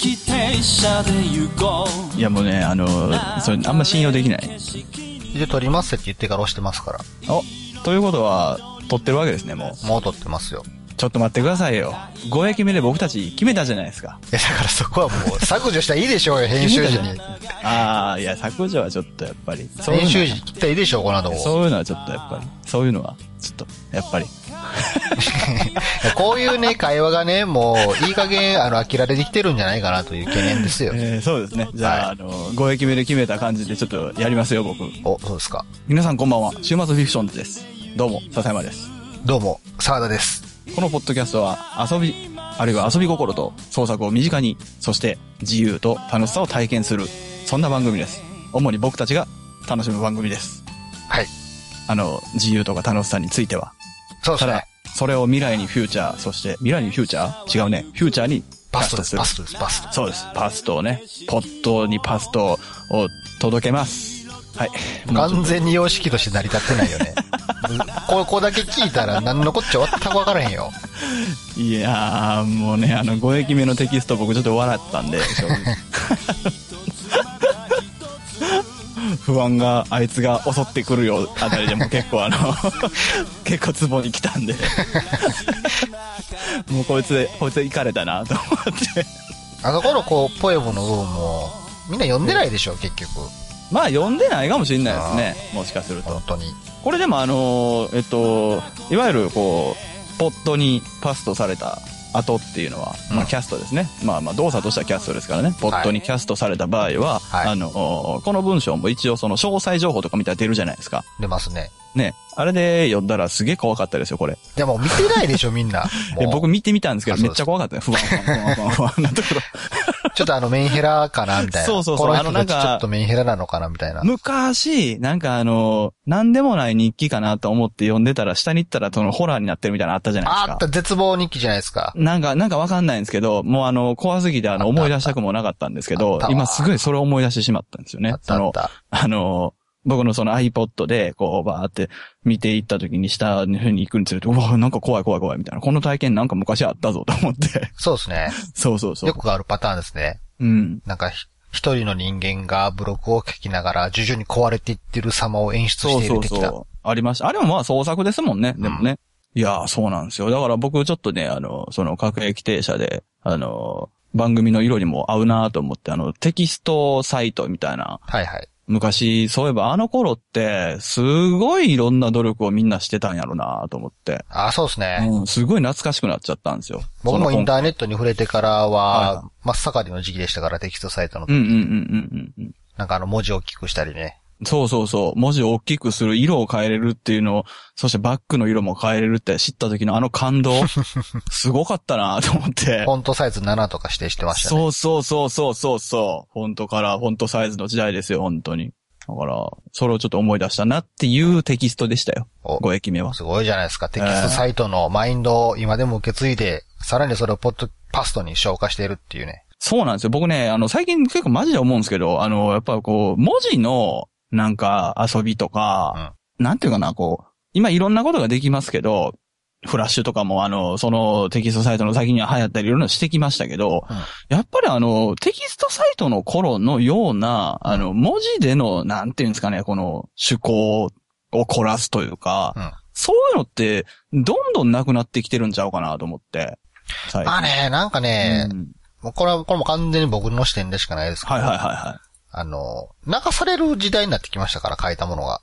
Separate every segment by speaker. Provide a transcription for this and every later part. Speaker 1: 列車で行こう
Speaker 2: いやもうね、あの、それあんま信用できない。
Speaker 3: で、撮りますって言ってから押してますから。
Speaker 2: お、ということは、撮ってるわけですね、も
Speaker 3: もう撮ってますよ。
Speaker 2: う。ちょっと待ってくださいよ。5駅目で僕たち決めたじゃないですか。
Speaker 3: いや、だからそこはもう削除したらいいでしょうよ、編集時に。
Speaker 2: ああ、いや、削除はちょっとやっぱり。そういう
Speaker 3: 編
Speaker 2: の
Speaker 3: 集時に切ったらいいでしょう、こんなとこ。
Speaker 2: そういうのはちょっとやっぱり。そういうのは、ちょっと、やっぱり。
Speaker 3: こういうね、会話がね、もう、いい加減、あの、飽きられてきてるんじゃないかなという懸念ですよ。
Speaker 2: えーそうですね。じゃあ、あの、5駅目で決めた感じでちょっとやりますよ、僕。
Speaker 3: お、そうですか。
Speaker 2: 皆さんこんばんは。週末フィクションズです。どうも、笹山です。
Speaker 3: どうも、沢田です。
Speaker 2: このポッドキャストは遊び、あるいは遊び心と創作を身近に、そして自由と楽しさを体験する、そんな番組です。主に僕たちが楽しむ番組です。
Speaker 3: はい。
Speaker 2: あの、自由とか楽しさについては。
Speaker 3: そうで
Speaker 2: た
Speaker 3: すね
Speaker 2: だ。、それを未来にフューチャー、そして未来にフューチャー違うね。フューチャーに
Speaker 3: パストで
Speaker 2: す
Speaker 3: す、
Speaker 2: る
Speaker 3: パ。ストです、パスト。
Speaker 2: そうです。パストをね、ポットにパストを届けます。はい。もうちょっ
Speaker 3: 完全に様式として成り立ってないよね。ここだけ聞いたら何のこっちゃ全くわからへんよ。
Speaker 2: といやー、もうね、あの、5駅目のテキスト僕ちょっと笑ったんで、正直不安があいつが襲ってくるよあたりでも結構あの、 結構ツボに来たんで、もうこいつ、こいつ行かれたなと思って。
Speaker 3: あそこのこう、ポエムの部分も、みんな読んでないでしょ、結局。
Speaker 2: まあ読んでないかもしれないですね、もしかすると
Speaker 3: 本。当に。
Speaker 2: これでもあのーえっといわゆるこうポットにパストされた後っていうのは、まあ、キャストですね、まあ、まあ動作としてはキャストですからねポットにキャストされた場合は、
Speaker 3: はい
Speaker 2: あのーこの文章も一応その詳細情報とかみたいなの出るじゃないですか
Speaker 3: 出ますね。
Speaker 2: ねあれで読んだらすげえ怖かったですよこれ
Speaker 3: でも見てないでしょ、みんな。
Speaker 2: え
Speaker 3: もう
Speaker 2: 僕見てみたんですけ
Speaker 3: あ
Speaker 2: ど
Speaker 3: そ
Speaker 2: め
Speaker 3: うで
Speaker 2: っ
Speaker 3: す
Speaker 2: ちゃ怖かったね不安不安不安不安不安なところ
Speaker 3: ちょっとあの、メンヘラかな、みたいな。
Speaker 2: そうそうそう
Speaker 3: この
Speaker 2: あの
Speaker 3: 人
Speaker 2: な
Speaker 3: た
Speaker 2: んか
Speaker 3: ちちょっとメンヘラなのかな、みたいな。
Speaker 2: 昔なんかあのーなんでもない日記かなと思って読んでたら下に行ったらそのホラーになってるみたいなのあったじゃないです
Speaker 3: あ
Speaker 2: か
Speaker 3: あった、絶望日記じゃないですか。
Speaker 2: なんか、なんかわかんないんですけど、もうあの、怖すぎてあの、
Speaker 3: あった
Speaker 2: 思い出したくもなかったんですけ
Speaker 3: あっ
Speaker 2: ど
Speaker 3: た、わ
Speaker 2: 今すごいそれを思い出してしまったんですよね
Speaker 3: あっ。た
Speaker 2: そ
Speaker 3: あっ
Speaker 2: の、
Speaker 3: た。
Speaker 2: あの、僕のその iPod で、こう、バーって見ていった時に下の方に行くにつれて、うわ、なんか怖い怖い怖いみたいな。この体験なんか昔あったぞと思って。
Speaker 3: そうですね。
Speaker 2: そうそうそ
Speaker 3: よ
Speaker 2: う。
Speaker 3: くあるパターンですね。
Speaker 2: うん。
Speaker 3: なんかひ、一人の人間がブログを書きながら、徐々に壊れていってる様を演
Speaker 2: そ
Speaker 3: 出し
Speaker 2: う
Speaker 3: てい
Speaker 2: そ
Speaker 3: る
Speaker 2: う
Speaker 3: 的な。
Speaker 2: そう。ありました。あれもまあ創作ですもんね。でもね。いやー、そうなんですよ。だから僕ちょっとね、あの、その、各駅停車で、あの、番組の色にも合うなと思って、あの、テキストサイトみたいな、
Speaker 3: はいはい。
Speaker 2: 昔、そういえばあの頃って、すごいいろんな努力をみんなしてたんやろなと思って、
Speaker 3: ああ、そうですね。
Speaker 2: うん、すごい懐かしくなっちゃったんですよ。
Speaker 3: 僕も
Speaker 2: そ
Speaker 3: イ
Speaker 2: の
Speaker 3: ンターネットに触れてから
Speaker 2: はい
Speaker 3: は
Speaker 2: は、
Speaker 3: 真っ盛りの時期でしたから、テキストサイトの
Speaker 2: う。んうんうんうんうんうん。
Speaker 3: なんかあの、文字を大きくしたりね。
Speaker 2: そうそうそう。文字を大きくする、色を変えれるっていうのを、そしてバックの色も変えれるって知った時のあの感 動、すごかったなと思って
Speaker 3: フ。ォントサイズ7とか指定してましたね。
Speaker 2: そうそうそうそうそうそう。フォントからフォントサイズの時代ですよ、本当に。だから、それをちょっと思い出したなっていうテキストでしたよ。
Speaker 3: お
Speaker 2: ご駅目は。
Speaker 3: すごいじゃないですか。テキストサイトのマインドを今でも受け継いで、さらにそれをポッドパストに消化しているっていうね。
Speaker 2: そうなんですよ。僕ね、あの、最近結構マジで思うんですけど、あの、やっぱこう、文字の、なんか、遊びとか、なんていうかな、こう、今いろんなことができますけど、フラッシュとかも、あの、そのテキストサイトの先には流行ったりいろんなのしてきましたけど、
Speaker 3: うん
Speaker 2: やっぱりあの、テキストサイトの頃のような、あの、文字での、なんていうんですかね、この、趣向を凝らすというか、
Speaker 3: うん
Speaker 2: そういうのって、どんどんなくなってきてるんちゃうかなと思って。最近
Speaker 3: まあね、なんかね、
Speaker 2: うん
Speaker 3: もうこれは、これも完全に僕の視点でしかないですけど、
Speaker 2: はいはいはいはい。
Speaker 3: あの、流される時代になってきましたから、書いたものが。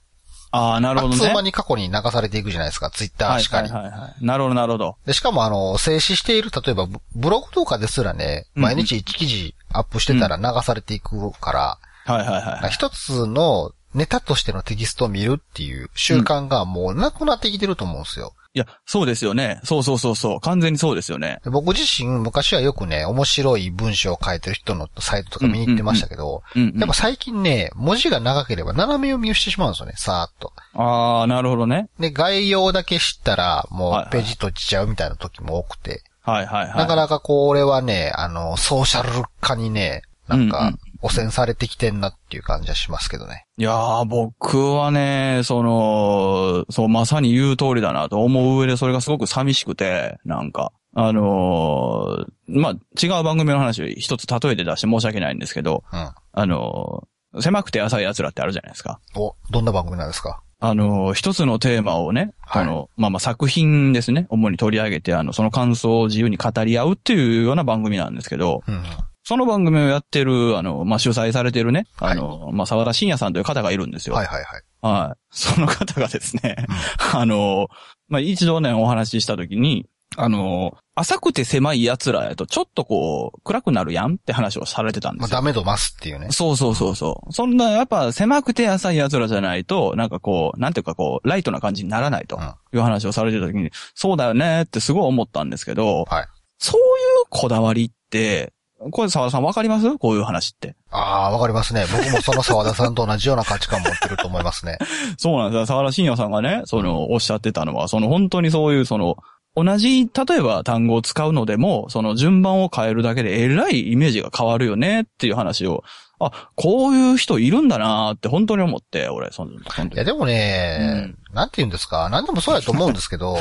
Speaker 2: ああ、なるほど
Speaker 3: あ
Speaker 2: ね。
Speaker 3: っという間に過去に流されていくじゃないですか、ツイッターしかり。
Speaker 2: はいはいはいはい。なるほど、なるほど。
Speaker 3: で、しかもあの、静止している、例えばブブログとかですらね、
Speaker 2: うん
Speaker 3: 毎日1記事アップしてたら流されていくから、
Speaker 2: はいはいはい。
Speaker 3: 一つのネタとしてのテキストを見るっていう習慣がもうなくなってきてると思うんですよ。
Speaker 2: いや、そうですよね。そうそうそうそう。完全にそうですよね。
Speaker 3: で僕自身昔はよくね、面白い文章を書いてる人のサイトとか見に行ってましたけど、
Speaker 2: うん、う
Speaker 3: やっ
Speaker 2: ん
Speaker 3: ぱ。最近ね、文字が長ければ斜め読みをしてしまうんですよね、さーっと。
Speaker 2: ああ、なるほどね。
Speaker 3: で、概要だけ知ったら、
Speaker 2: はい
Speaker 3: も
Speaker 2: は
Speaker 3: う
Speaker 2: い
Speaker 3: ページ閉じちゃうみたいな時も多くて。
Speaker 2: はいはいはい。
Speaker 3: なかなかこう、俺はね、あの、ソーシャル化にね、なん
Speaker 2: うんう
Speaker 3: か
Speaker 2: ん、
Speaker 3: 汚染されてきてんなっていう感じはしますけどね。
Speaker 2: いやー、僕はね、その、そう、まさに言う通りだなと思う上で、それがすごく寂しくて、なんか。あのーまあ、違う番組の話を一つ例えて出して申し訳ないんですけど、
Speaker 3: うん。
Speaker 2: あのー狭くて浅い奴らってあるじゃないですか。
Speaker 3: お、どんな番組なんですか
Speaker 2: あのー一つのテーマをね、
Speaker 3: はい
Speaker 2: あの、まあ、まあ、作品ですね、主に取り上げて、あの、その感想を自由に語り合うっていうような番組なんですけど、
Speaker 3: うん。
Speaker 2: その番組をやってる、あの、まあ、主催されてるね、あの、まあ、沢田信也さんという方がいるんですよ。
Speaker 3: はいはいはい。
Speaker 2: はい。その方がですね、 あの、まあ、一度ね、お話ししたときに、あの、浅くて狭い奴らやと、ちょっとこう、暗くなるやんって話をされてたんで
Speaker 3: まあ、
Speaker 2: すよ。
Speaker 3: ダメ度増すっていうね。
Speaker 2: そうそうそうそう。そんな、やっぱ狭くて浅い奴らじゃないと、なんかこう、なんていうかこう、ライトな感じにならないと
Speaker 3: うん
Speaker 2: いう話をされてたときに、そうだよねってすごい思ったんですけど、
Speaker 3: はい
Speaker 2: そういうこだわりって、これ沢田さんわかりますこういう話って。
Speaker 3: ああ、わかりますね。僕もその沢田さんと同じような価値観持ってると思いますね。
Speaker 2: そうなんですよ。沢田信也さんがね、その、おっしゃってたのは、その本当にそういう、その、同じ、例えば単語を使うのでも、その順番を変えるだけで、えらいイメージが変わるよねっていう話を、あ、こういう人いるんだなーって本当に思って、俺、その、その
Speaker 3: いや、
Speaker 2: 時
Speaker 3: でもね、なんて言うんですか。なんでもそうやと思うんです けど、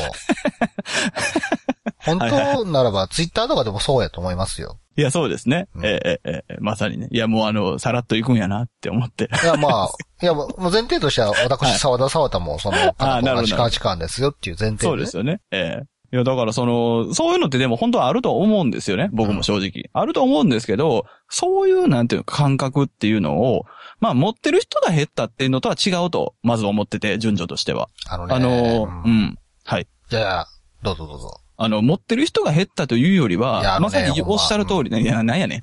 Speaker 3: 本当ならば、ツイッターとかでもそうやと思いますよ。
Speaker 2: いや、そうですね。
Speaker 3: うん
Speaker 2: ええええええまさにね。いや、もうあの、さらっと行くんやなって思って。
Speaker 3: いや、まあ、いや、もう前提としては、
Speaker 2: はい
Speaker 3: 私、沢田沢田も、その、
Speaker 2: あーなる
Speaker 3: 同
Speaker 2: ほ
Speaker 3: じ
Speaker 2: ど
Speaker 3: 価値観ですよっていう前提
Speaker 2: そう
Speaker 3: で
Speaker 2: で
Speaker 3: ね。
Speaker 2: すよね。ええいや、だからその、そういうのってでも本当はあると思うんですよね。僕も正直。あると思うんですけど、そういうなんていうか感覚っていうのを、まあ持ってる人が減ったっていうのとは違うと、まず思ってて、順序としては。
Speaker 3: あのね、
Speaker 2: あのー、う
Speaker 3: うん
Speaker 2: ん。
Speaker 3: いやいや、どうぞどうぞ。
Speaker 2: あの、持ってる人が減ったというより
Speaker 3: いや
Speaker 2: は、
Speaker 3: あの
Speaker 2: ま
Speaker 3: ね
Speaker 2: さにおっしゃる通りね、いや、なんや ねん。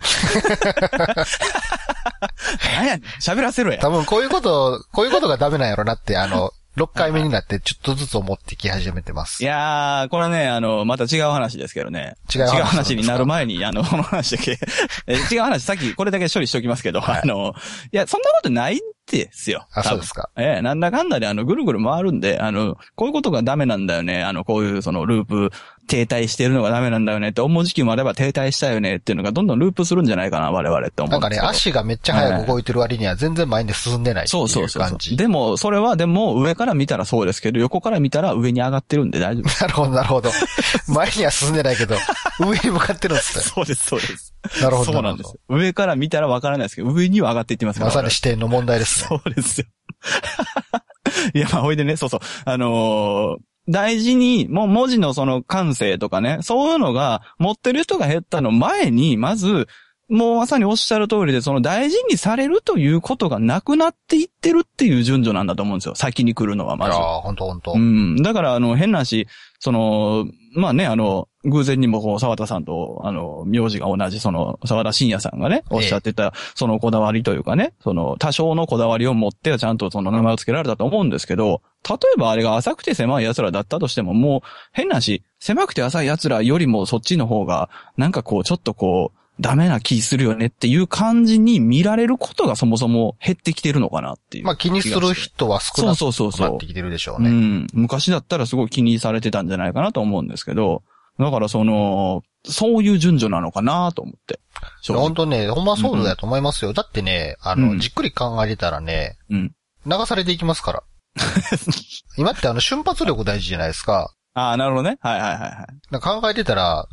Speaker 2: なんやねん。喋らせろや。
Speaker 3: 多分こういうこと、こういうことがダメなんやろなって、あの、6回目になってちょっとずつ思ってき始めてます。
Speaker 2: いやー、これはね、あの、また違う話ですけどね。
Speaker 3: 違う話
Speaker 2: になる前に、あの、 この話だけ、え違う話、さっきこれだけ処理しておきますけど、
Speaker 3: はい
Speaker 2: あの、いや、そんなことないんですよ。
Speaker 3: あ、
Speaker 2: 多
Speaker 3: そう
Speaker 2: 分
Speaker 3: ですか。
Speaker 2: ええ、なんだかんだで、あの、ぐるぐる回るんで、あの、こういうことがダメなんだよね。あの、こういう、その、ループ、停滞してるのがダメなんだよねって思う時期もあれば停滞したよねっていうのがどんどんループするんじゃないかな、我々って思
Speaker 3: な
Speaker 2: うんん
Speaker 3: か
Speaker 2: ですけど。
Speaker 3: ね、足がめっちゃ早く動いてる割には全然前に進んでないってい
Speaker 2: そうそううそうそ
Speaker 3: 感じ。
Speaker 2: う。でも、それはでも、上から見たらそうですけど、横から見たら上に上がってるんで大丈夫
Speaker 3: なるほど、なる ほど。前には進んでないけど、上に向かってるんですね。
Speaker 2: そうです、そうです。
Speaker 3: なるほど。
Speaker 2: そうなんです。。上から見たらわからないですけど、上には上がっていってますから。
Speaker 3: まさに視点の問題ですね。
Speaker 2: そうですよ。 いや、まあ、ほいでね、そうそう。あのー大事に、もう文字のその感性とかね、そういうのが持ってる人が減ったの前に、まず、もうまさにおっしゃる通りで、その大事にされるということがなくなっていってるっていう順序なんだと思うんですよ。先に来るのはま
Speaker 3: い
Speaker 2: ず
Speaker 3: や。ー、ほんとほんと
Speaker 2: う。ん。だから、あの、変な話、その、まあね、あの、偶然にも、こう、沢田さんと、あの、名字が同じ、その、沢田信也さんがね、おっしゃってた、そのこだわりというかね、その、多少のこだわりを持って、ちゃんとその名前を付けられたと思うんですけど、例えばあれが浅くて狭い奴らだったとしても、もう、変な話、狭くて浅い奴らよりもそっちの方が、なんかこう、ちょっとこう、ダメな気するよねっていう感じに見られることがそもそも減ってきてるのかなっていう。
Speaker 3: まあ気にする人は少
Speaker 2: そ
Speaker 3: な
Speaker 2: うそうそう
Speaker 3: く
Speaker 2: そ
Speaker 3: な
Speaker 2: う
Speaker 3: って。きてるでしょ
Speaker 2: う
Speaker 3: うね。
Speaker 2: ん。昔だったらすごい気にされてたんじゃないかなと思うんですけど、だからその、そういう順序なのかなと思って。正
Speaker 3: ほん
Speaker 2: 直。
Speaker 3: とね、ほんまそうだと思いますよ。だってね、あ
Speaker 2: う
Speaker 3: の、
Speaker 2: ん
Speaker 3: じっくり考えてたらね、
Speaker 2: うん。
Speaker 3: 流されていきますから。 今ってあの瞬発力大事じゃないですか。
Speaker 2: ああ、なるほどね。はいはいはいはい。
Speaker 3: なんか考えてたら、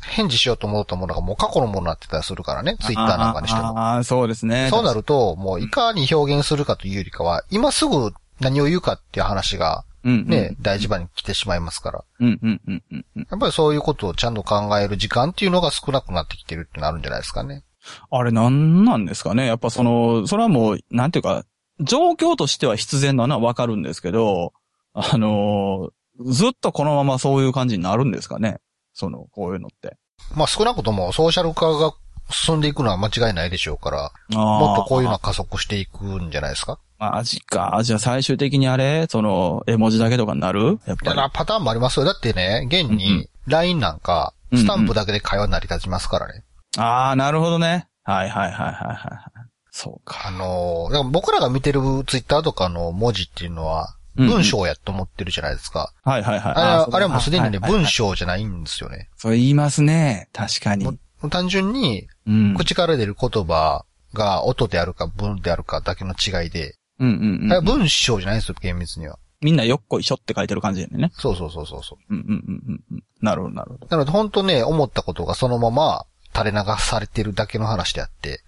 Speaker 3: 返事しようと思ったものがもう過去のものになってたりするからね、ツイッターなんかにしても。
Speaker 2: ああ、そうですね。
Speaker 3: そうなると、もういかに表現するかというよりかは、今すぐ何を言うかっていう話が
Speaker 2: うんうん。
Speaker 3: ね、大事場に来てしまいますから。
Speaker 2: うんうんうんうんうん。
Speaker 3: やっぱりそういうことをちゃんと考える時間っていうのが少なくなってきてるってなるんじゃないですかね。
Speaker 2: あれなんなんですかね。やっぱその、それはもう、なんていうか、状況としては必然なのはわかるんですけど、あのーずっとこのままそういう感じになるんですかね。その、こういうのって。
Speaker 3: まあ少なくともソーシャル化が進んでいくのは間違いないでしょうから、もっとこういうのは加速していくんじゃないですか。
Speaker 2: マジか。じゃあ最終的にあれその、絵文字だけとかになるやっぱ
Speaker 3: だか
Speaker 2: り。
Speaker 3: らパターンもありますよ。だってね、現
Speaker 2: うんう
Speaker 3: に LINE なんか、
Speaker 2: うんうん
Speaker 3: スタンプだけで会話成り立ちますからね。
Speaker 2: ああ、なるほどね。はいはいはいはいはい。そう
Speaker 3: あ
Speaker 2: か。
Speaker 3: のー、だから僕らが見てるツイッターとかの文字っていうのは、
Speaker 2: うんうん
Speaker 3: 文章やと思ってるじゃないですか。
Speaker 2: はいはいはい。
Speaker 3: あれはあれはもうすでにね、
Speaker 2: はいはいはい
Speaker 3: 文章じゃないんですよね。
Speaker 2: そう言いますね。確かに。
Speaker 3: もう単純に、
Speaker 2: うん。
Speaker 3: 口から出る言葉が音であるか文であるかだけの違いで、
Speaker 2: うんうんうん。
Speaker 3: あれは文章じゃないんですよ、厳密には。
Speaker 2: みんなよっこいしょって書いてる感じやねんね。
Speaker 3: そうそうそうそうそう。
Speaker 2: うんうんうんうんうん。なるほど、なるほど。
Speaker 3: なので本当ね、思ったことがそのまま垂れ流されてるだけの話であって、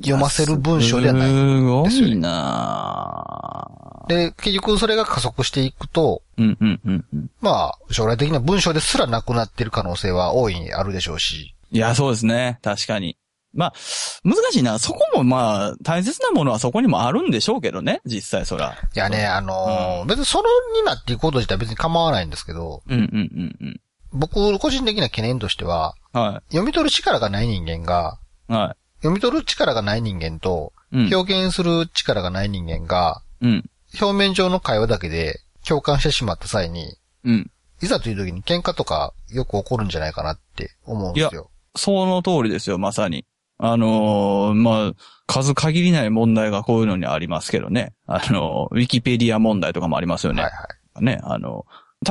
Speaker 3: 読ませる文章ではない。
Speaker 2: すご
Speaker 3: ですよね
Speaker 2: いなぁ
Speaker 3: で、結局それが加速していくと、
Speaker 2: うんうんうんうん。
Speaker 3: まあ、将来的な文章ですらなくなってる可能性は大いにあるでしょうし、
Speaker 2: いや、そうですね。確かに。まあ、難しいな。そこもまあ、大切なものはそこにもあるんでしょうけどね。実際そら。
Speaker 3: いやね、あのー別にそのになっていくこと自体は別に構わないんですけど、
Speaker 2: うんうんうん
Speaker 3: 僕個人的な懸念としては、
Speaker 2: うん。は
Speaker 3: 読み取る力がない人間が、
Speaker 2: い。は
Speaker 3: 読み取る力がない人間と、
Speaker 2: い。うん。
Speaker 3: 表現する力がない人間が、
Speaker 2: うん。
Speaker 3: 表面上の会話だけで共感してしまった際に、
Speaker 2: うん。
Speaker 3: いざという時に喧嘩とかよく起こるんじゃないかなって思うんですよ。
Speaker 2: その通りですよ、まさに。あのーまあ、数限りない問題がこういうのにありますけどね。あのーウィキペディア問題とかもありますよね。
Speaker 3: はいはい。
Speaker 2: ね、あの、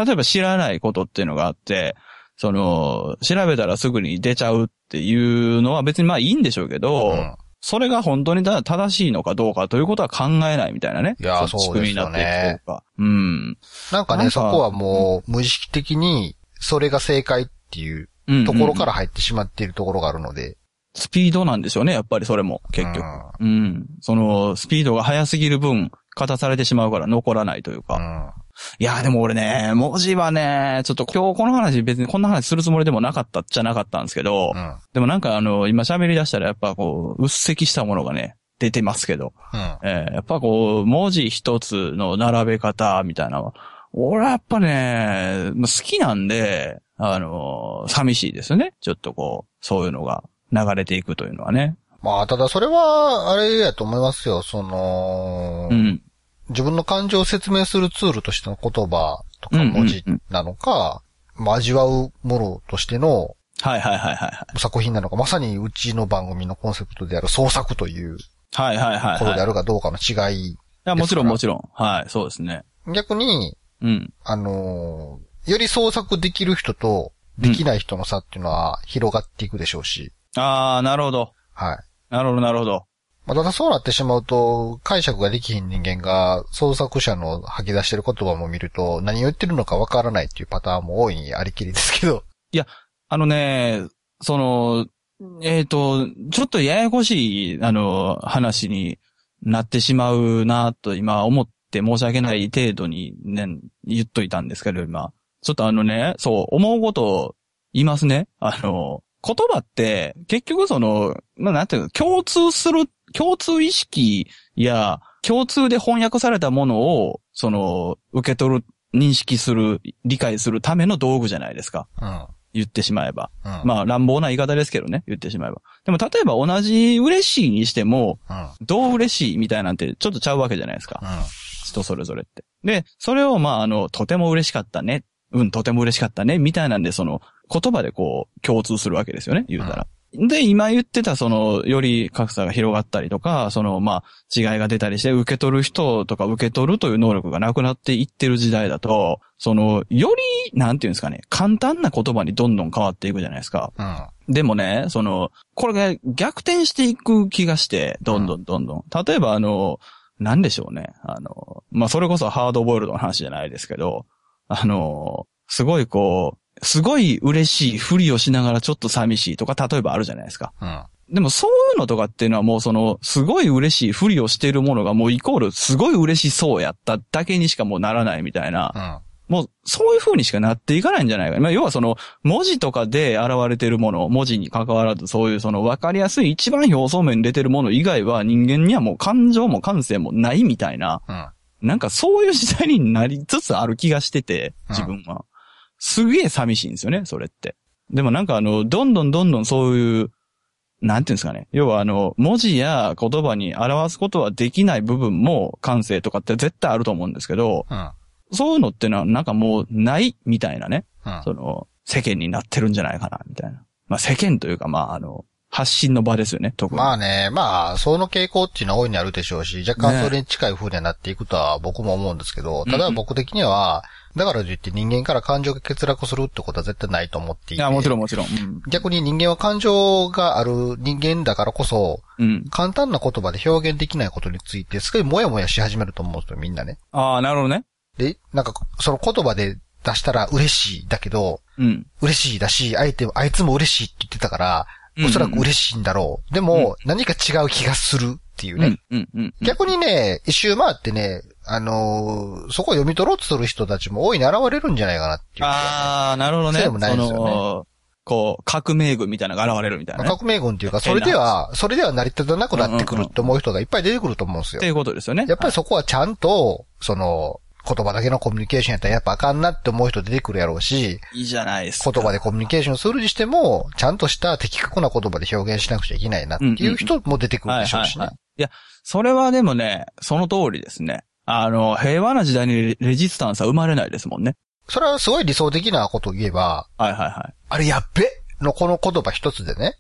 Speaker 2: 例えば知らないことっていうのがあって、その、調べたらすぐに出ちゃうっていうのは別にまあいいんでしょうけど、
Speaker 3: うん
Speaker 2: それが本当にただ正しいのかどうかということは考えないみたいなね。
Speaker 3: いやー
Speaker 2: の仕組みになっていくとい
Speaker 3: そうですよ
Speaker 2: うか。うん。
Speaker 3: なんか
Speaker 2: なん
Speaker 3: ね、
Speaker 2: か
Speaker 3: そこはもう無意識的にそれが正解っていう
Speaker 2: うん
Speaker 3: ところか
Speaker 2: うん
Speaker 3: ら入ってしまっているところがあるので。
Speaker 2: スピードなんでしょうね、やっぱりそれも、結局。うん。その、スピードが速すぎる分、勝たされてしまうから残らないというか。
Speaker 3: うん。うん
Speaker 2: いやーでも俺ね、文字はね、ちょっと今日この話別にこんな話するつもりでもなかったっちゃなかったんですけど、
Speaker 3: うん。うん。
Speaker 2: でもなんかあの、今喋り出したらやっぱこう、うっせきしたものがね、出てますけど、えーやっぱこう、文字一つの並べ方みたいなのは、俺はやっぱね、まあ好きなんで、あのー寂しいですよね。ちょっとこう、そういうのが流れていくというのはね。
Speaker 3: まあ、ただそれは、あれやと思いますよ。その、
Speaker 2: うん。
Speaker 3: 自分の感情を説明するツールとしての言葉とか
Speaker 2: うんうんうん
Speaker 3: 文字なのか、まあ味わうものとしての
Speaker 2: はいはいはいはいはい。
Speaker 3: 作品なのか、まさにうちの番組のコンセプトである創作という
Speaker 2: はいはいは
Speaker 3: こ
Speaker 2: い、
Speaker 3: と
Speaker 2: はい。
Speaker 3: であ
Speaker 2: い
Speaker 3: るかどうかの違い。
Speaker 2: や、もちろんもちろん。はい、そうですね。
Speaker 3: 逆に、
Speaker 2: うん。
Speaker 3: あのーより創作できる人とできない人の差っていうのは広がっていくでしょうし、
Speaker 2: あー、なるほど。
Speaker 3: はい。
Speaker 2: なるほどなるほど。
Speaker 3: まあ、ただそうなってしまうと、解釈ができひん人間が創作者の吐き出してる言葉も見ると、何を言ってるのかわからないっていうパターンも大いにありきりですけど、
Speaker 2: あのね、その、えっ、と、ちょっとややこしい、あの、話になってしまうなと今思って申し訳ない程度にね、言っといたんですけど、今。ちょっとあのね、そう、思うことを言いますね。あの、言葉って、結局その、まあ、なんていうの、共通する、共通意識や、共通で翻訳されたものを、その、受け取る、認識する、理解するための道具じゃないですか。
Speaker 3: うん。うん。
Speaker 2: 言ってしまえば。
Speaker 3: ま
Speaker 2: まあ乱暴な言い方ですけどね、言ってしまえば。でも例えば同じ嬉しいにしても、
Speaker 3: あ、
Speaker 2: どう嬉しいみたいなんてちょっとちゃうわけじゃないですか
Speaker 3: う。ん。
Speaker 2: 人それぞれって。で、それをまああの、とても嬉しかったね。うん、とても嬉しかったね。みたいなんで、その、言葉でこう、共通するわけですよね、言うたら。で、今言ってた、その、より格差が広がったりとか、その、まあ、違いが出たりして、受け取る人とか受け取るという能力がなくなっていってる時代だと、その、より、なんていうんですかね、簡単な言葉にどんどん変わっていくじゃないですか。
Speaker 3: うん。うん。
Speaker 2: でもね、その、これが逆転していく気がして、どんどんどんどん。例えばあの、なんでしょうね。あの、まあ、それこそハードボイルドの話じゃないですけど、あの、すごいこう、すごい嬉しいふりをしながらちょっと寂しいとか、例えばあるじゃないですか。
Speaker 3: うん。
Speaker 2: でもそういうのとかっていうのはもうその、すごい嬉しいふりをしているものがもうイコールすごい嬉しそうやっただけにしかもうならないみたいな。
Speaker 3: うん。
Speaker 2: もう、そういう風にしかなっていかないんじゃないか。まあ、要はその、文字とかで現れてるもの、文字に関わらず、そういうその、わかりやすい一番表層面に出てるもの以外は、人間にはもう感情も感性もないみたいな、
Speaker 3: うん。
Speaker 2: なんかそういう時代になりつつある気がしてて、
Speaker 3: うん
Speaker 2: 自分は。すげえ寂しいんですよね、それって。でもなんかあの、どんどんどんどんそういう、なんていうんですかね。要はあの、文字や言葉に表すことはできない部分も感性とかって絶対あると思うんですけど、
Speaker 3: うん。
Speaker 2: そういうのってのはなんかもうないみたいなね、
Speaker 3: うん。
Speaker 2: その世間になってるんじゃないかな、みたいな。まあ世間というか、まああの、発信の場ですよね、特に。
Speaker 3: まあね、まあ、その傾向っていうのは大いにあるでしょうし、若干それに近い風にはなっていくとは僕も思うんですけど、
Speaker 2: ね
Speaker 3: ただ僕的には、だからといって人間から感情が欠落するってことは絶対ないと思ってい
Speaker 2: い
Speaker 3: て。
Speaker 2: や、もちろんもちろん。うん
Speaker 3: 逆に人間は感情がある人間だからこそ、
Speaker 2: うん。
Speaker 3: 簡単な言葉で表現できないことについて、すごいもやもやし始めると思うんですよ、みんなね。
Speaker 2: ああ、なるほどね。
Speaker 3: で、なんか、その言葉で出したら嬉しいだけど、
Speaker 2: うん。
Speaker 3: 嬉しいだし、相手、あいつも嬉しいって言ってたから、おそらく嬉しいんだろう。でも、何か違う気がするっていう
Speaker 2: う
Speaker 3: ね。
Speaker 2: ん、うん、うん。
Speaker 3: 逆にね、一周回ってね、あのーそこを読み取ろうとする人たちも大いに現れるんじゃないかなっていう。
Speaker 2: ああ、なるほどね。
Speaker 3: そうでもないですよね
Speaker 2: の、こう、革命軍みたいなのが現れるみたいな、ね。っ
Speaker 3: 革命軍っていうか、それでは、それでは成り立たなくなってくるって思う人がいっぱい出てくると思うんですよ
Speaker 2: て。いうことですよね。
Speaker 3: やっぱりそこはちゃんと、その、言葉だけのコミュニケーションやったらやっぱあかんなって思う人出てくるやろうし、
Speaker 2: いいじゃないですか。
Speaker 3: 言葉でコミュニケーションするにしても、ちゃんとした的確な言葉で表現しなくちゃいけないなっていう人も出てくる
Speaker 2: はい
Speaker 3: でしょ
Speaker 2: は
Speaker 3: う
Speaker 2: い
Speaker 3: し
Speaker 2: は
Speaker 3: ね
Speaker 2: い。。いや、それはでもね、その通りですね。あの、平和な時代にレレジスタンスは生まれないですもんね。
Speaker 3: それはすごい理想的なことを言えば、
Speaker 2: はいはいはい。
Speaker 3: あれやっべのこの言葉一つ でね、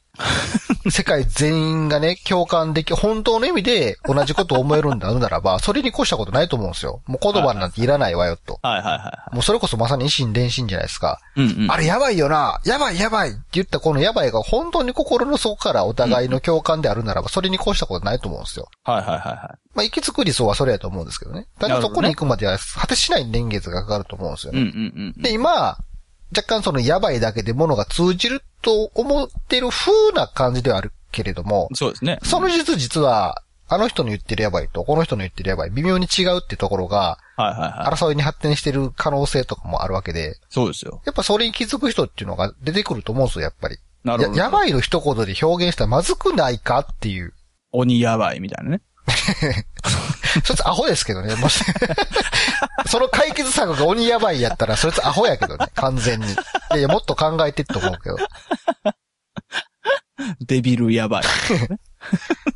Speaker 3: 世界全員がね、共感でき、本当の意味で同じことを思えるんだならば、それに越したことないと思うんですよ。もう言葉なんていらないわよと。
Speaker 2: はいはいは
Speaker 3: もうそれこそまさに維新伝心じゃないですか。
Speaker 2: い。うんうん。
Speaker 3: あれやばいよな、やばいやばいって言ったこのやばいが本当に心の底からお互いの共感であるならば、それに越したことないと思うんですよ。
Speaker 2: はいはいはいは
Speaker 3: まあ、行き着く理想はそれやと思うんですけどね。た
Speaker 2: なる
Speaker 3: だ
Speaker 2: ほ
Speaker 3: そ
Speaker 2: ど
Speaker 3: こ
Speaker 2: ね
Speaker 3: に行くまでは果てしない年月がかかると思うんですよ
Speaker 2: い。うん
Speaker 3: ね。
Speaker 2: うんうん。
Speaker 3: で、今、若干そのやばいだけで物が通じると思ってる風な感じではあるけれども、
Speaker 2: そうですね。
Speaker 3: その実実は、あの人の言ってるやばいと、この人の言ってるやばい、微妙に違うってところが、
Speaker 2: はいはいはい。
Speaker 3: 争いに発展してる可能性とかもあるわけで、
Speaker 2: そうですよ。
Speaker 3: やっぱそれに気づく人っていうのが出てくると思うんですよ、やっぱり。
Speaker 2: なる
Speaker 3: や
Speaker 2: ほど。
Speaker 3: やばいの一言で表現したらまずくないかっていう。
Speaker 2: 鬼やばいみたいなね。
Speaker 3: そいつアホですけどね、も し。その解決策が鬼やばいやったら、そいつアホやけどね、完全に。いやいや、もっと考えてって思うけど。
Speaker 2: デビルやばい。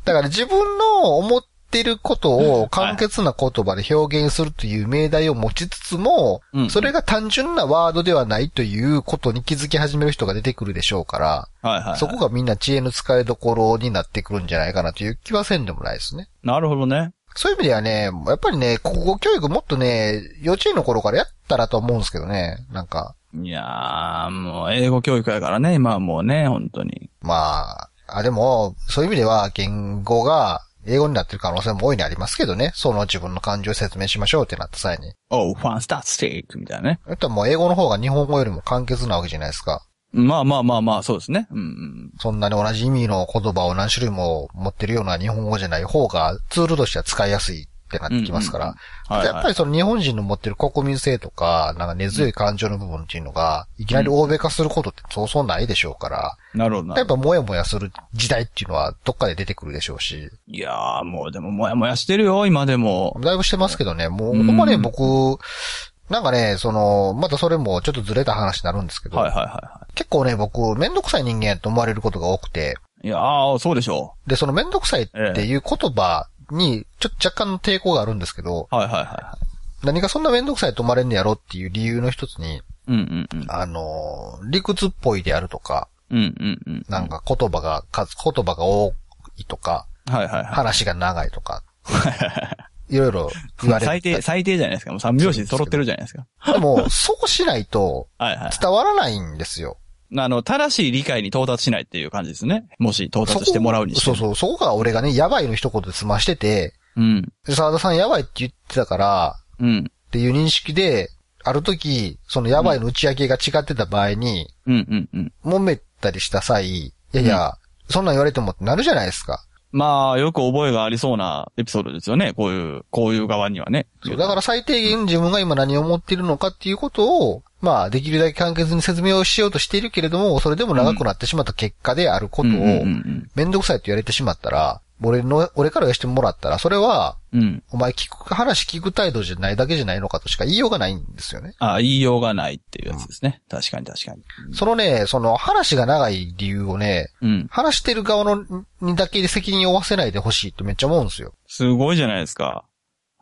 Speaker 3: だから自分の思ってることを簡潔な言葉で表現するという命題を持ちつつも、
Speaker 2: うん
Speaker 3: それが単純なワードではないということに気づき始める人が出てくるでしょうから、
Speaker 2: はいはいはい。
Speaker 3: そこがみんな知恵の使いどころになってくるんじゃないかなという気はせんでもないですね。
Speaker 2: なるほどね。
Speaker 3: そういう意味ではね、やっぱりね、国語教育もっとね、幼稚園の頃からやったらと思うんですけどね。なんか、
Speaker 2: いやー、もう英語教育やからね、今はもうね、本当に。
Speaker 3: まあ、あ、でも、そういう意味では、言語が英語になってる可能性も大いにありますけどね。その自分の感情を説明しましょうってなった際に。
Speaker 2: Oh, fantastic! みたいなね。
Speaker 3: だったらもう英語の方が日本語よりも簡潔なわけじゃないですか。
Speaker 2: まあまあまあまあ、そうですね。うんうん。
Speaker 3: そんなに同じ意味の言葉を何種類も持ってるような日本語じゃない方がツールとしては使いやすいってなってきますから。
Speaker 2: うんはい、はい。
Speaker 3: やっぱりその日本人の持ってる国民性とか、なんか根強い感情の部分っていうのが、いきなり欧米化することってそうそうないでしょうから、
Speaker 2: なるほどな
Speaker 3: やっ。ぱもやもやする時代っていうのはどっかで出てくるでしょうし、
Speaker 2: いやー、もうでも、もやもやしてるよ、今でも。
Speaker 3: だいぶしてますけどね、もう、
Speaker 2: う
Speaker 3: ほ
Speaker 2: ん
Speaker 3: んまね、僕、なんかね、その、またそれもちょっとずれた話になるんですけど、
Speaker 2: はいはいはいは
Speaker 3: 結構ね、僕、めんどくさい人間やと思われることが多くて、
Speaker 2: い。いやー、そうでしょ
Speaker 3: で、そのめんどくさいっていう言葉に、ちょっと若干の抵抗があるんですけど、
Speaker 2: う。はいはいはいは
Speaker 3: 何がそんなめんどくさいと思われんのやろっていう理由の一つに、
Speaker 2: い。うんうんうん。
Speaker 3: あの、理屈っぽいであるとか、
Speaker 2: うんうんうん。
Speaker 3: なんか言葉が、数言葉が多いとか、
Speaker 2: はいはいは
Speaker 3: 話が長い とか、いろいろ言わ
Speaker 2: い。
Speaker 3: れ
Speaker 2: 最低、
Speaker 3: て。
Speaker 2: 最低じゃないですか。もう三拍子揃ってるじゃないですか。
Speaker 3: でも、そうしないと
Speaker 2: はいはい。
Speaker 3: 伝わらないんですよ。
Speaker 2: あの、正しい理解に到達しないっていう感じですね。もし到達してもらうにして
Speaker 3: そ
Speaker 2: も。
Speaker 3: こそうそう、そこが俺がね、やばいの一言で済ましてて、
Speaker 2: うん。
Speaker 3: で沢田さんやばいって言ってたから、
Speaker 2: うん。
Speaker 3: っていう認識で、ある時、そのやばいの打ち上げが違ってた場合に、
Speaker 2: うんうんうん。
Speaker 3: 揉めたりした際、いやいや、そんなん言われてもってなるじゃないですか。
Speaker 2: まあ、よく覚えがありそうなエピソードですよね。こういう、こういう側にはね。
Speaker 3: そう、だから最低限自分が今何を思っているのかっていうことを、まあ、できるだけ簡潔に説明をしようとしているけれども、それでも長くなってしまった結果であることを
Speaker 2: うん、うん
Speaker 3: めんどくさいと言われてしまったら、俺の、俺から言わせてもらったら、それは、
Speaker 2: うん。うん。
Speaker 3: お前聞く、話聞く態度じゃないだけじゃないのかとしか言いようがないんですよね。
Speaker 2: あ言いようがないっていうやつですね。確かに確かに。
Speaker 3: そのね、その話が長い理由をね、
Speaker 2: うん。
Speaker 3: 話してる側のにだけ責任を負わせないでほしいってめっちゃ思うんですよ。
Speaker 2: すごいじゃないですか。